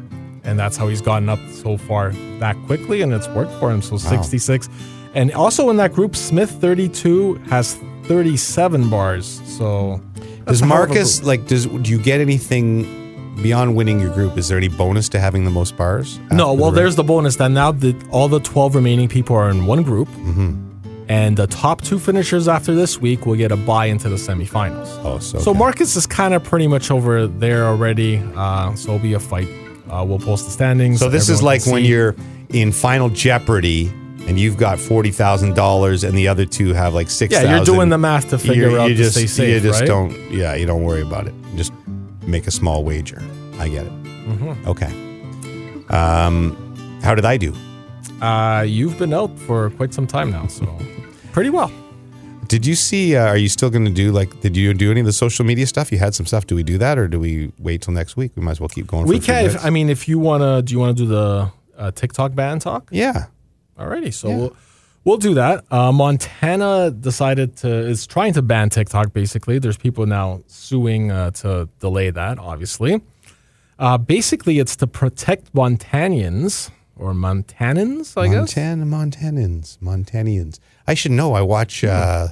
Speaker 2: And that's how he's gotten up so far that quickly, and it's worked for him. So 66. And also in that group, Smith 32 has 37 bars. So
Speaker 5: Does
Speaker 2: that's a hell of a
Speaker 5: Marcus
Speaker 2: group.
Speaker 5: like? Does do you get anything beyond winning your group? Is there any bonus to having the most bars?
Speaker 2: No,
Speaker 5: after the
Speaker 2: well,
Speaker 5: round?
Speaker 2: there's the bonus that now the, all the 12 remaining people are in one group.
Speaker 5: Mm-hmm.
Speaker 2: And the top two finishers after this week will get a buy into the semifinals.
Speaker 5: Oh, so,
Speaker 2: So
Speaker 5: okay.
Speaker 2: Marcus is kind of pretty much over there already. Uh, so it'll be a fight. Uh, we'll post the standings.
Speaker 5: So this is
Speaker 2: Everyone
Speaker 5: like
Speaker 2: can
Speaker 5: when
Speaker 2: see.
Speaker 5: you're in Final Jeopardy and you've got forty thousand dollars, and the other two have like six.
Speaker 2: yeah, you're doing the math to figure out
Speaker 5: you
Speaker 2: to
Speaker 5: just,
Speaker 2: stay safe.
Speaker 5: You just
Speaker 2: right?
Speaker 5: don't. Yeah, you don't worry about it. Just make a small wager. I get it.
Speaker 2: Mm-hmm.
Speaker 5: Okay. Um, how did I do?
Speaker 2: Uh, you've been out for quite some time now, so pretty well.
Speaker 5: Did you see? Uh, are you still going to do like? Did you do any of the social media stuff? You had some stuff. Do we do that, or do we wait till next week? We might as well keep going.
Speaker 2: We
Speaker 5: for a few
Speaker 2: can. If,
Speaker 5: minutes.
Speaker 2: I mean, if you wanna, do you wanna do the uh, TikTok ban talk?
Speaker 5: yeah.
Speaker 2: Alrighty, so we'll we'll do that. Uh, Montana decided to is trying to ban TikTok. Basically, there's people now suing uh, to delay that. Obviously, uh, basically, it's to protect Montanans or Montanans, I guess.
Speaker 5: Montana, Montanans, Montanians. I should know. I watch. Uh,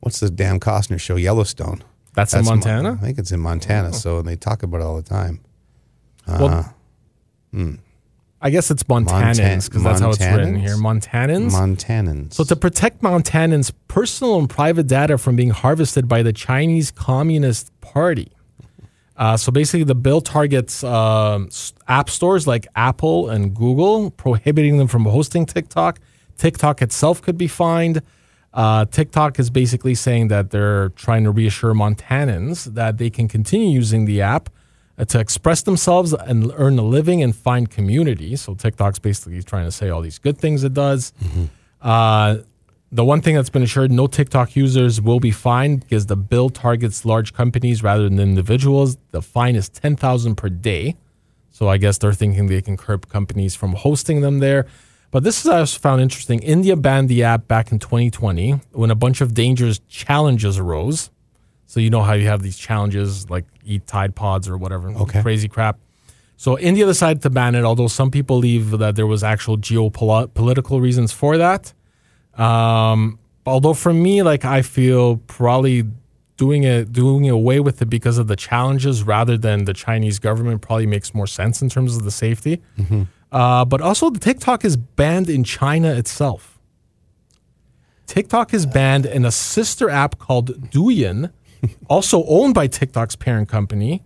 Speaker 5: what's the damn Costner show? Yellowstone.
Speaker 2: That's in
Speaker 5: Mon-
Speaker 2: Montana? Oh.
Speaker 5: I think it's in Montana. So they talk about it all the time.
Speaker 2: Well, I guess it's Montanans because that's how it's written
Speaker 5: Montanans?
Speaker 2: here. Montanans.
Speaker 5: Montanans.
Speaker 2: So to protect Montanans' personal and private data from being harvested by the Chinese Communist Party. Uh, so basically, the bill targets um, s- app stores like Apple and Google, prohibiting them from hosting TikTok. TikTok itself could be fined. Uh, TikTok is basically saying that they're trying to reassure Montanans that they can continue using the app uh, to express themselves and earn a living and find community. So TikTok's basically trying to say all these good things it does. Uh, the one thing that's been assured no TikTok users will be fined because the bill targets large companies rather than individuals. The fine is 10,000 per day. So I guess they're thinking they can curb companies from hosting them there. But this is I also found interesting. India banned the app back in 2020 when a bunch of dangerous challenges arose. So you know how you have these challenges like eat Tide Pods or whatever
Speaker 5: Okay.
Speaker 2: crazy crap. So India decided to ban it, although some people believe that there was actual geopolitical reasons for that. Um, although for me, like I feel probably doing it doing away with it because of the challenges rather than the Chinese government probably makes more sense in terms of the safety. Uh, but also, the TikTok is banned in China itself. TikTok is banned in a sister app called Douyin, also owned by TikTok's parent company,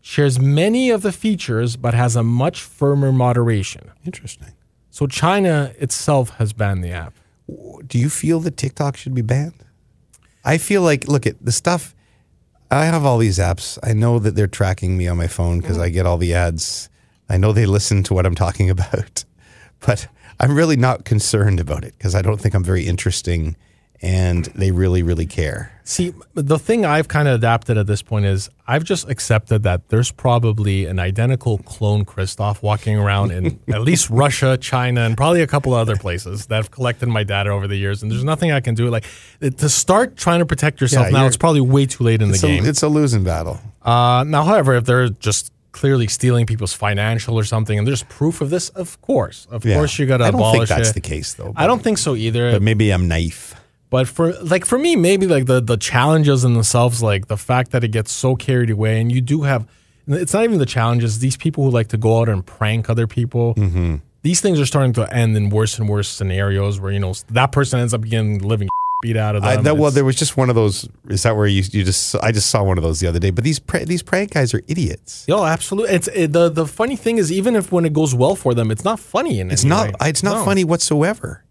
Speaker 2: shares many of the features but has a much firmer moderation.
Speaker 5: Interesting.
Speaker 2: So China itself has banned the app.
Speaker 5: Do you feel that TikTok should be banned? I feel like, look at the stuff. I have all these apps. I know that they're tracking me on my phone because I get all the ads. I know they listen to what I'm talking about, but I'm really not concerned about it because I don't think I'm very interesting and they really, really care.
Speaker 2: See, the thing I've kind of adapted at this point is I've just accepted that there's probably an identical clone Kristoff walking around in at least Russia, China, and probably a couple other places that have collected my data over the years. And there's nothing I can do. Like to start trying to protect yourself
Speaker 5: Yeah,
Speaker 2: now,
Speaker 5: you're-
Speaker 2: it's probably way too late in the
Speaker 5: It's a,
Speaker 2: game.
Speaker 5: it's a losing battle.
Speaker 2: Uh, now, however, if they're just clearly stealing people's financial or something, and there's proof of this, of course, of
Speaker 5: Yeah.
Speaker 2: course, you got to
Speaker 5: I don't think
Speaker 2: abolish
Speaker 5: that's
Speaker 2: it.
Speaker 5: the case though.
Speaker 2: I don't think so either.
Speaker 5: But maybe I'm naive.
Speaker 2: But for like for me, maybe like the the challenges in themselves, like the fact that it gets so carried away, and you do have it's not even the challenges. These people who like to go out and prank other people.
Speaker 5: Mm-hmm.
Speaker 2: These things are starting to end in worse and worse scenarios where you know that person ends up getting living beat out of them.
Speaker 5: I, that, well,
Speaker 2: Um, It's-
Speaker 5: there was just one of those. Is that where you, you just? I just saw one of those the other day. But these pra- these prank guys are idiots.
Speaker 2: Yo, absolutely. It's it, the the funny thing is, even if when it goes well for them, it's not funny. In
Speaker 5: It's not. It's not funny whatsoever.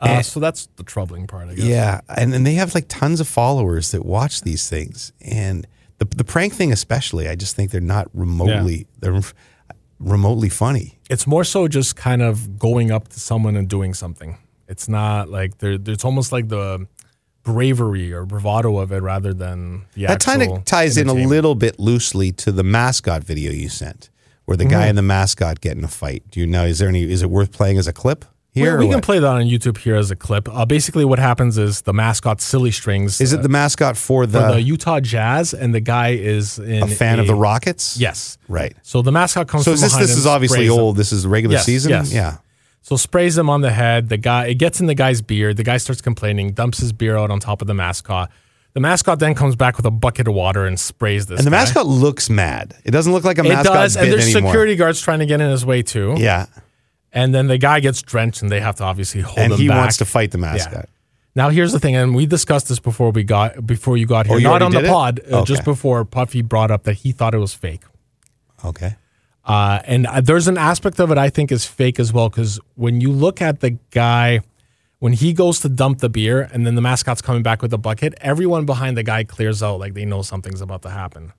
Speaker 2: Uh, so that's the troubling part. I guess.
Speaker 5: Yeah, and and they have like tons of followers that watch these things, and the the prank thing especially. I just think they're not remotely they're remotely funny.
Speaker 2: it's more so just kind of going up to someone and doing something. It's not like there. It's almost like the bravery or bravado of it rather than the
Speaker 5: That kind
Speaker 2: actual
Speaker 5: of ties in a
Speaker 2: entertainment.
Speaker 5: little bit loosely to the mascot video you sent, where the
Speaker 2: Mm-hmm.
Speaker 5: guy and the mascot get in a fight. Do you know? Is there any? Is it worth playing as a clip here?
Speaker 2: we,
Speaker 5: or
Speaker 2: we can
Speaker 5: what?
Speaker 2: play that on YouTube here as a clip. Uh, basically, what happens is the mascot Silly Strings
Speaker 5: Is it the mascot for the,
Speaker 2: the Utah Jazz, and the guy is in
Speaker 5: a fan of the Rockets?
Speaker 2: Yes,
Speaker 5: Right.
Speaker 2: So the mascot comes.
Speaker 5: So
Speaker 2: from
Speaker 5: is this
Speaker 2: behind
Speaker 5: this
Speaker 2: and
Speaker 5: is obviously
Speaker 2: sprays him.
Speaker 5: old. This is regular
Speaker 2: Yes,
Speaker 5: season.
Speaker 2: yes.
Speaker 5: Yeah.
Speaker 2: So sprays him on the head. The guy it gets in the guy's beard. The guy starts complaining, dumps his beer out on top of the mascot. The mascot then comes back with a bucket of water and sprays this.
Speaker 5: And the
Speaker 2: guy.
Speaker 5: mascot looks mad. It doesn't look like a
Speaker 2: It
Speaker 5: mascot
Speaker 2: does,
Speaker 5: bit
Speaker 2: and there's
Speaker 5: anymore.
Speaker 2: security guards trying to get in his way too.
Speaker 5: Yeah.
Speaker 2: And then the guy gets drenched, and they have to obviously hold
Speaker 5: And
Speaker 2: him
Speaker 5: he
Speaker 2: back.
Speaker 5: wants to fight the
Speaker 2: Yeah.
Speaker 5: mascot.
Speaker 2: Now here's the thing, and we discussed this before we got before you got here,
Speaker 5: Oh, you
Speaker 2: not
Speaker 5: already
Speaker 2: on the
Speaker 5: did it?
Speaker 2: pod, uh, just
Speaker 5: Okay.
Speaker 2: before Puffy brought up that he thought it was fake.
Speaker 5: Okay.
Speaker 2: Uh, and uh, there's an aspect of it I think is fake as well because when you look at the guy, when he goes to dump the beer and then the mascot's coming back with the bucket, everyone behind the guy clears out like they know something's about to happen.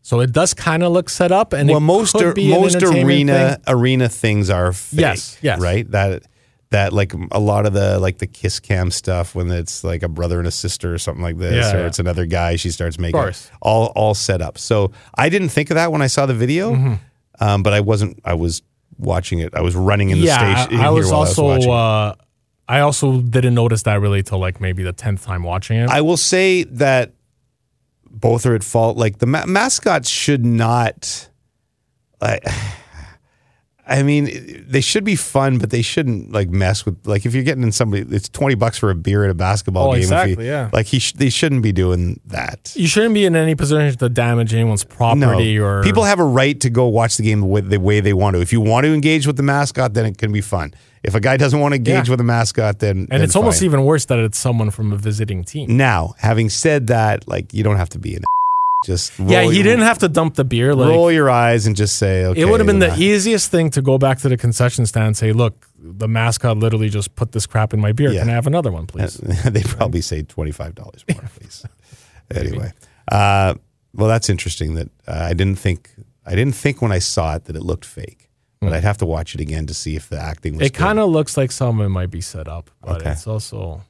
Speaker 2: So it does kind of look set up, and
Speaker 5: Well,
Speaker 2: it
Speaker 5: most
Speaker 2: could
Speaker 5: ar-
Speaker 2: be an
Speaker 5: most
Speaker 2: entertainment
Speaker 5: arena
Speaker 2: thing.
Speaker 5: arena things are fake.
Speaker 2: Yes, yes.
Speaker 5: Right. That that like a lot of the like the kiss cam stuff when it's like a brother and a sister or something like this,
Speaker 2: Yeah,
Speaker 5: or
Speaker 2: yeah.
Speaker 5: it's another guy. She starts making
Speaker 2: course.
Speaker 5: all all set up. So I didn't think of that when I saw the video,
Speaker 2: Mm-hmm.
Speaker 5: um, but I wasn't. I was watching it. I was running in the
Speaker 2: yeah, I-
Speaker 5: station.
Speaker 2: I,
Speaker 5: here
Speaker 2: was
Speaker 5: while
Speaker 2: also
Speaker 5: I was watching it.
Speaker 2: uh, I also didn't notice that really till like maybe the tenth time watching it.
Speaker 5: I will say that both are at fault. Like the ma- mascots should not. I, I mean, they should be fun, but they shouldn't like mess with. Like if you're getting in somebody, it's twenty bucks for a beer at a basketball
Speaker 2: Oh,
Speaker 5: game. if
Speaker 2: exactly, yeah.
Speaker 5: Like he, sh- they shouldn't be doing that.
Speaker 2: you shouldn't be in any position to damage anyone's property or
Speaker 5: people have a right to go watch the game the way, the way they want to. If you want to engage with the mascot, then it can be fun. If a guy doesn't want to engage
Speaker 2: Yeah.
Speaker 5: with the mascot, then
Speaker 2: And it's almost
Speaker 5: even.
Speaker 2: even worse that it's someone from a visiting team.
Speaker 5: Now, having said that, like you don't have to be an just roll
Speaker 2: Yeah, he
Speaker 5: your,
Speaker 2: didn't have to dump the beer. Like
Speaker 5: roll your eyes and just say okay.
Speaker 2: it would have been the
Speaker 5: nah.
Speaker 2: easiest thing to go back to the concession stand and say, "Look, the mascot literally just put this crap in my beer.
Speaker 5: Yeah.
Speaker 2: Can I have another one, please?"
Speaker 5: They'd probably say twenty five dollars more, please. anyway, uh, well, that's interesting. That uh, I didn't think I didn't think when I saw it that it looked fake, but I'd have to watch it again to see if the acting was.
Speaker 2: Hmm. It kind of looks like someone might be set up, but
Speaker 5: Okay.
Speaker 2: it's also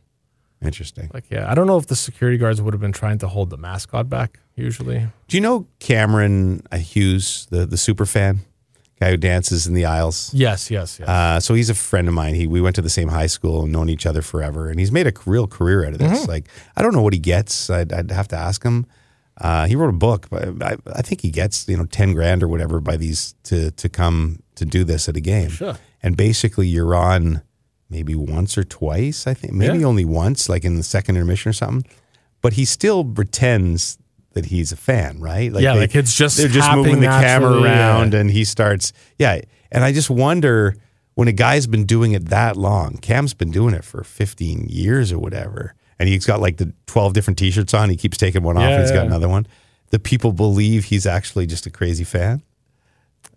Speaker 5: interesting.
Speaker 2: like, yeah, I don't know if the security guards would have been trying to hold the mascot back. Usually,
Speaker 5: Do you know Cameron uh, Hughes, the the super fan guy who dances in the aisles?
Speaker 2: yes, yes, yes.
Speaker 5: Uh, so he's a friend of mine. He we went to the same high school, known each other forever, and he's made a real career out of this.
Speaker 2: Mm-hmm.
Speaker 5: Like I don't know what he gets. I'd, I'd have to ask him. Uh, he wrote a book, but I, I think he gets you know ten grand or whatever by these to to come to do this at a game.
Speaker 2: Sure.
Speaker 5: And basically, you're on maybe once or twice. I think maybe
Speaker 2: Yeah.
Speaker 5: only once, like in the second intermission or something. But he still pretends that that he's a fan, right? Like
Speaker 2: Yeah, like it's just
Speaker 5: they're just
Speaker 2: happening
Speaker 5: moving the camera
Speaker 2: naturally, yeah.
Speaker 5: around, and he starts. Yeah, and I just wonder when a guy's been doing it that long. Cam's been doing it for 15 years or whatever, and he's got like the 12 different T-shirts on. He keeps taking one off, and he's got
Speaker 2: Yeah.
Speaker 5: another one. The people believe he's actually just a crazy fan.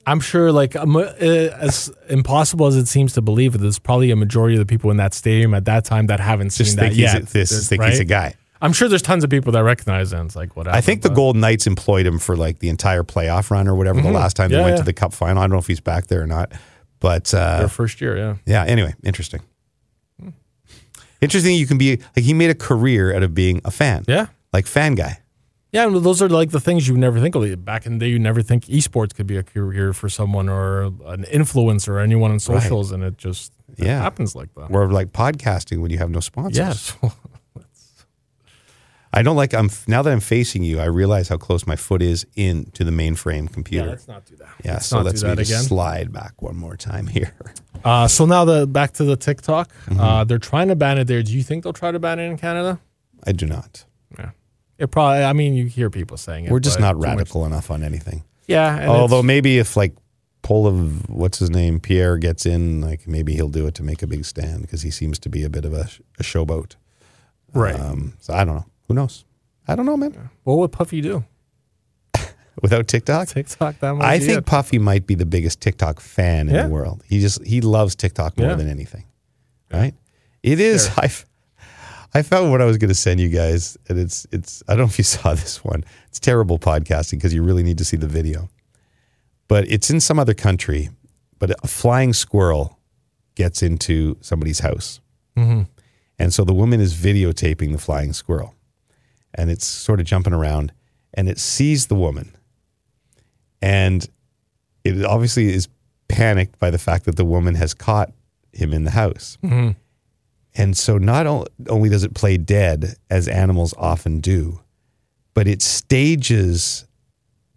Speaker 2: I'm sure, like um, uh, as impossible as it seems to believe, there's probably a majority of the people in that stadium at that time that haven't seen
Speaker 5: Just
Speaker 2: that
Speaker 5: think he's, a-
Speaker 2: yet.
Speaker 5: this,
Speaker 2: There's-
Speaker 5: think he's a
Speaker 2: right?
Speaker 5: guy.
Speaker 2: I'm sure there's tons of people that recognize him. It's like whatever.
Speaker 5: I think the
Speaker 2: but-
Speaker 5: Golden Knights employed him for like the entire playoff run or whatever the last time they
Speaker 2: Mm-hmm. Yeah,
Speaker 5: went
Speaker 2: yeah.
Speaker 5: to the Cup final. I don't know if he's back there or not, but
Speaker 2: their
Speaker 5: uh,
Speaker 2: first year. Yeah,
Speaker 5: yeah. Anyway, interesting. Interesting. You can be like he made a career out of being a fan.
Speaker 2: yeah,
Speaker 5: like fan guy.
Speaker 2: yeah. And those are like the things you never think of. Back in the day, you never think esports could be a career for someone or an influencer or anyone on socials, and it just it
Speaker 5: Yeah.
Speaker 2: happens like that.
Speaker 5: Or like podcasting when you have no sponsors.
Speaker 2: Yes.
Speaker 5: I don't like. I'm now that I'm facing you. I realize how close my foot is in to the mainframe computer. Yeah,
Speaker 2: not do that.
Speaker 5: so
Speaker 2: not do
Speaker 5: let's me
Speaker 2: that
Speaker 5: just
Speaker 2: again.
Speaker 5: slide back one more time here.
Speaker 2: Uh, so now the back to the TikTok.
Speaker 5: Mm-hmm.
Speaker 2: Uh, they're trying to ban it there. Do you think they'll try to ban it in Canada?
Speaker 5: I do not.
Speaker 2: It probably. I mean, you hear people saying it.
Speaker 5: We're just
Speaker 2: but
Speaker 5: not
Speaker 2: too much-
Speaker 5: radical enough on anything.
Speaker 2: Yeah. and
Speaker 5: Although
Speaker 2: it's-
Speaker 5: maybe if like poll of what's his name Pierre gets in, like maybe he'll do it to make a big stand because he seems to be a bit of a, a showboat.
Speaker 2: right.
Speaker 5: Um, so I don't know. Who knows? I don't know, man.
Speaker 2: what would Puffy do?
Speaker 5: Without TikTok,
Speaker 2: TikTok that much?
Speaker 5: I
Speaker 2: Yeah.
Speaker 5: think Puffy might be the biggest TikTok fan in
Speaker 2: Yeah.
Speaker 5: the world. He just he loves TikTok more
Speaker 2: Yeah.
Speaker 5: than anything, right? It is. I f- I found what I was going to send you guys, and it's it's. I don't know if you saw this one. It's terrible podcasting because you really need to see the video. But it's in some other country. But a flying squirrel gets into somebody's house, and so the woman is videotaping the flying squirrel, and it's sort of jumping around, and it sees the woman, and it obviously is panicked by the fact that the woman has caught him in the house. And so not o- only does it play dead, as animals often do, but it stages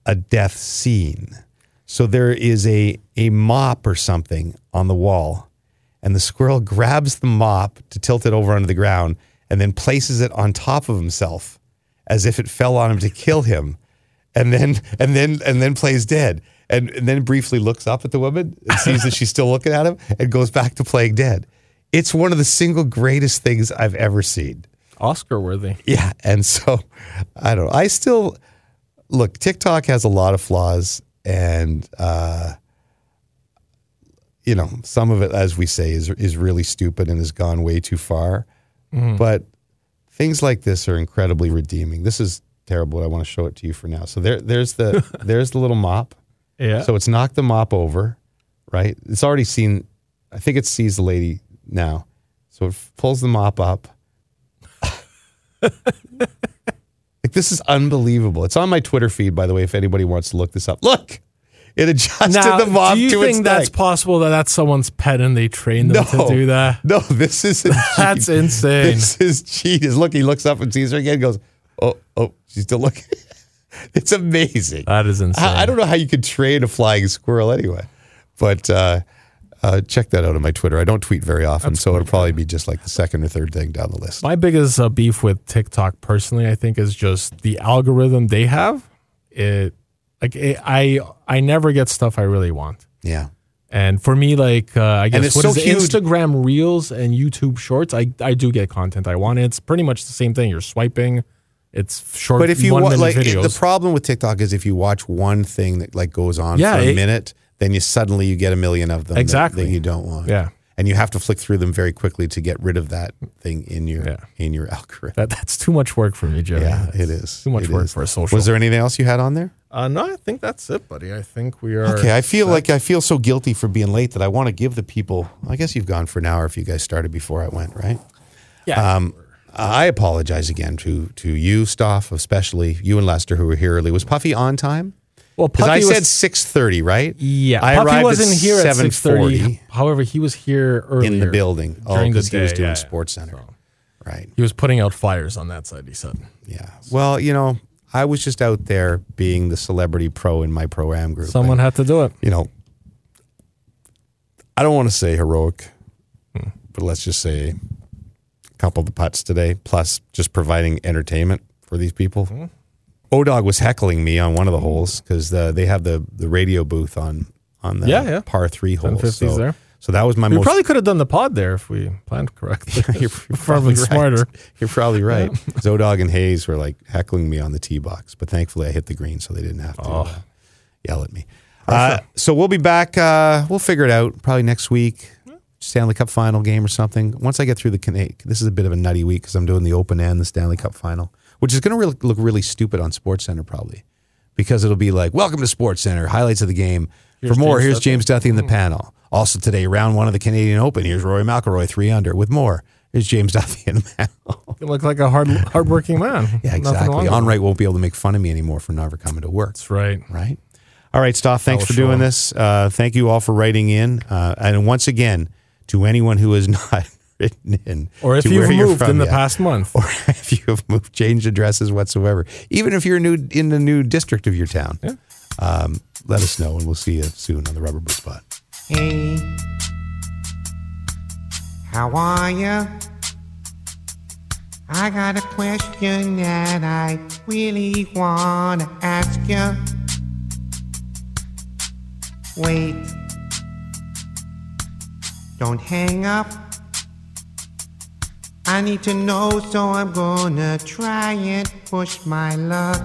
Speaker 5: a death scene. So there is a, a mop or something on the wall, and the squirrel grabs the mop to tilt it over onto the ground and then places it on top of himself as if it fell on him to kill him. And then and then and then plays dead. And, and then briefly looks up at the woman and sees that she's still looking at him and goes back to playing dead. It's one of the single greatest things I've ever seen.
Speaker 2: Oscar worthy.
Speaker 5: Yeah. And so I don't know. I still look, TikTok has a lot of flaws and uh you know, some of it as we say is is really stupid and has gone way too far. But things like this are incredibly redeeming. This is terrible. I want to show it to you for now. So there there's the there's the little mop.
Speaker 2: Yeah.
Speaker 5: So it's knocked the mop over, right? It's already seen. I think it sees the lady now. So it pulls the mop up. like this is unbelievable. It's on my Twitter feed, by the way. If anybody wants to look this up, look. It adjusted
Speaker 2: now,
Speaker 5: the mop
Speaker 2: do you
Speaker 5: to
Speaker 2: think
Speaker 5: its
Speaker 2: that's
Speaker 5: neck.
Speaker 2: possible that that's someone's pet and they trained them
Speaker 5: no,
Speaker 2: to do that?
Speaker 5: No, this is
Speaker 2: That's insane.
Speaker 5: This is genius. Look, he looks up and sees her again. Goes, oh, oh, she's still looking. it's amazing.
Speaker 2: That is insane.
Speaker 5: I, I don't know how you could train a flying squirrel anyway, but uh, uh, check that out on my Twitter. I don't tweet very often, so it'll probably be just like the second or third thing down the list.
Speaker 2: My biggest uh, beef with TikTok personally, I think, is just the algorithm they have. It like it, I I never get stuff I really want.
Speaker 5: Yeah,
Speaker 2: And for me, like uh, I
Speaker 5: it's
Speaker 2: guess what
Speaker 5: so
Speaker 2: is it?
Speaker 5: huge.
Speaker 2: Instagram Reels and YouTube Shorts, I I do get content I want. It's pretty much the same thing. You're swiping. It's short.
Speaker 5: but if you
Speaker 2: one
Speaker 5: watch, like
Speaker 2: minute
Speaker 5: it-
Speaker 2: videos.
Speaker 5: the problem with TikTok is if you watch one thing that like goes on
Speaker 2: Yeah,
Speaker 5: for a
Speaker 2: it-
Speaker 5: minute, then you suddenly you get a million of them that-
Speaker 2: Exactly.
Speaker 5: that, you don't want.
Speaker 2: Yeah.
Speaker 5: and you have to flick through them very quickly to get rid of that thing in your
Speaker 2: Yeah.
Speaker 5: in your algorithm.
Speaker 2: that that's too much work for me, Jerry.
Speaker 5: yeah,
Speaker 2: That's
Speaker 5: it is
Speaker 2: too much
Speaker 5: It
Speaker 2: work
Speaker 5: is.
Speaker 2: for a social.
Speaker 5: Was there anything else you had on there?
Speaker 2: Uh, no, I think that's it, buddy. I think we are.
Speaker 5: Okay, I feel like I feel so guilty for being late that I want to give the people. I guess you've gone for an hour if you guys started before I went, right?
Speaker 2: yeah.
Speaker 5: Um, I apologize again to to you, Stoff, especially you and Lester who were here early. Was Puffy on time?
Speaker 2: well,
Speaker 5: Because I
Speaker 2: Puffy was-
Speaker 5: said six thirty, right?
Speaker 2: Yeah,
Speaker 5: I
Speaker 2: Puffy
Speaker 5: arrived
Speaker 2: wasn't
Speaker 5: at
Speaker 2: here at
Speaker 5: seven
Speaker 2: six thirty.
Speaker 5: forty
Speaker 2: However, he was here earlier
Speaker 5: in the building. Oh,
Speaker 2: during the
Speaker 5: because he was
Speaker 2: day,
Speaker 5: doing
Speaker 2: yeah,
Speaker 5: Sports Center, right?
Speaker 2: He was putting out fires on that side. He said,
Speaker 5: Yeah. Well, you know, I was just out there being the celebrity pro in my pro am group.
Speaker 2: "Someone had to do it."
Speaker 5: you know, I don't want to say heroic,
Speaker 2: Hmm.
Speaker 5: but let's just say a
Speaker 2: Hmm.
Speaker 5: couple of the putts today, plus just providing entertainment for these people. Odog was heckling me on one of the holes because the, they have the, the radio booth on on the
Speaker 2: Yeah, yeah.
Speaker 5: par three hole.
Speaker 2: 1050s
Speaker 5: So,
Speaker 2: there.
Speaker 5: so that was my
Speaker 2: We
Speaker 5: most.
Speaker 2: probably could have done the pod there if we planned correctly.
Speaker 5: you're
Speaker 2: probably
Speaker 5: right.
Speaker 2: smarter.
Speaker 5: You're probably right. Zodog and Hayes were like heckling me on the tee box, but thankfully I hit the green, so they didn't have to
Speaker 2: Oh.
Speaker 5: uh, yell at me. Uh, so we'll be back. Uh, we'll figure it out probably next week, Stanley Cup final game or something. Once I get through the Canadian, this is a bit of a nutty week because I'm doing the open and the Stanley Cup final, which is going to really look really stupid on Sports Center probably because it'll be like, welcome to Sports Center, highlights of the game. For more, here's James Mm-hmm. Duthie in the panel. Also today, round one of the Canadian Open. Here's Rory McIlroy, three under. With more, here's James Duthie in the panel.
Speaker 2: You look like a hard, hardworking man.
Speaker 5: Yeah,
Speaker 2: Nothing wrong
Speaker 5: exactly.
Speaker 2: with
Speaker 5: On
Speaker 2: it.
Speaker 5: right won't be able to make fun of me anymore for never coming to work.
Speaker 2: That's right.
Speaker 5: Right. All right, Stoff, thanks
Speaker 2: will
Speaker 5: for
Speaker 2: show
Speaker 5: doing
Speaker 2: him.
Speaker 5: this. Uh, thank you all for writing in. Uh, and once again, to anyone who has not written in,
Speaker 2: Or if
Speaker 5: to
Speaker 2: you've
Speaker 5: where you're
Speaker 2: moved
Speaker 5: from
Speaker 2: in the
Speaker 5: yet,
Speaker 2: past month,
Speaker 5: or if you have moved, changed addresses whatsoever, even if you're new in the new district of your town, um, let us know and we'll see you soon on the Rubber Boot Spot.
Speaker 6: Hey, how are ya? I got a question that I really wanna ask ya. Wait, don't hang up. I need to know, so I'm gonna try and push my luck.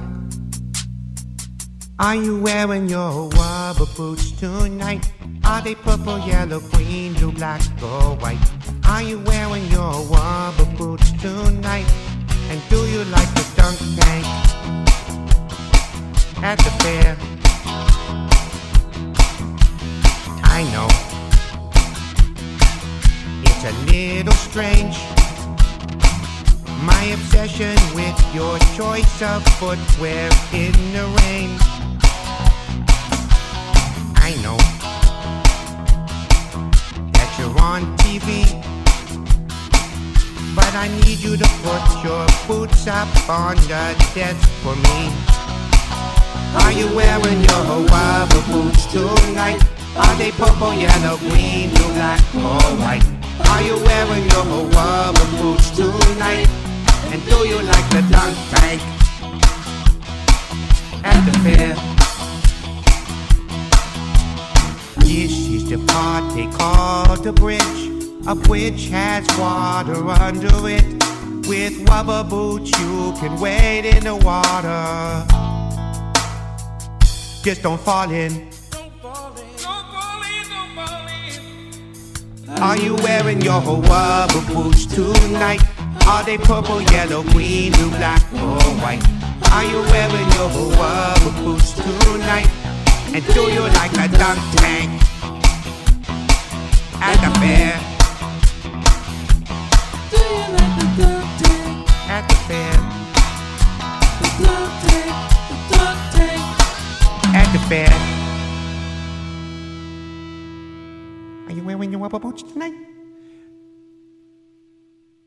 Speaker 6: Are you wearing your rubber boots tonight? Are they purple, yellow, green, blue, black, or white? Are you wearing your rubber boots tonight? And do you like the dunk tank at the fair? I know it's a little strange. My obsession with your choice of footwear in the rain. I know that you're on TV, but I need you to put your boots up on the desk for me. Are you wearing your Hawaii boots tonight? Are they purple, yellow, green, blue, black, or white? Are you wearing your Hawaii boots tonight? And do you like the dunk tank at the fair? This is the part they call the bridge, up which has water under it. With rubber boots, you can wade in the water. Just don't fall in. Are you wearing your rubber boots tonight? Are they purple, yellow, green, blue, black, or white? Are you wearing your rubber boots tonight? And do you like a dunk tank at the fair? At the fair, at the fair. Are you wearing your rubber boots tonight?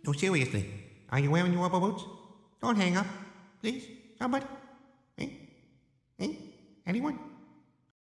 Speaker 6: No, seriously. Are you wearing your rubber boots? Don't hang up. Please, somebody. Hey? Hey? Eh? Anyone?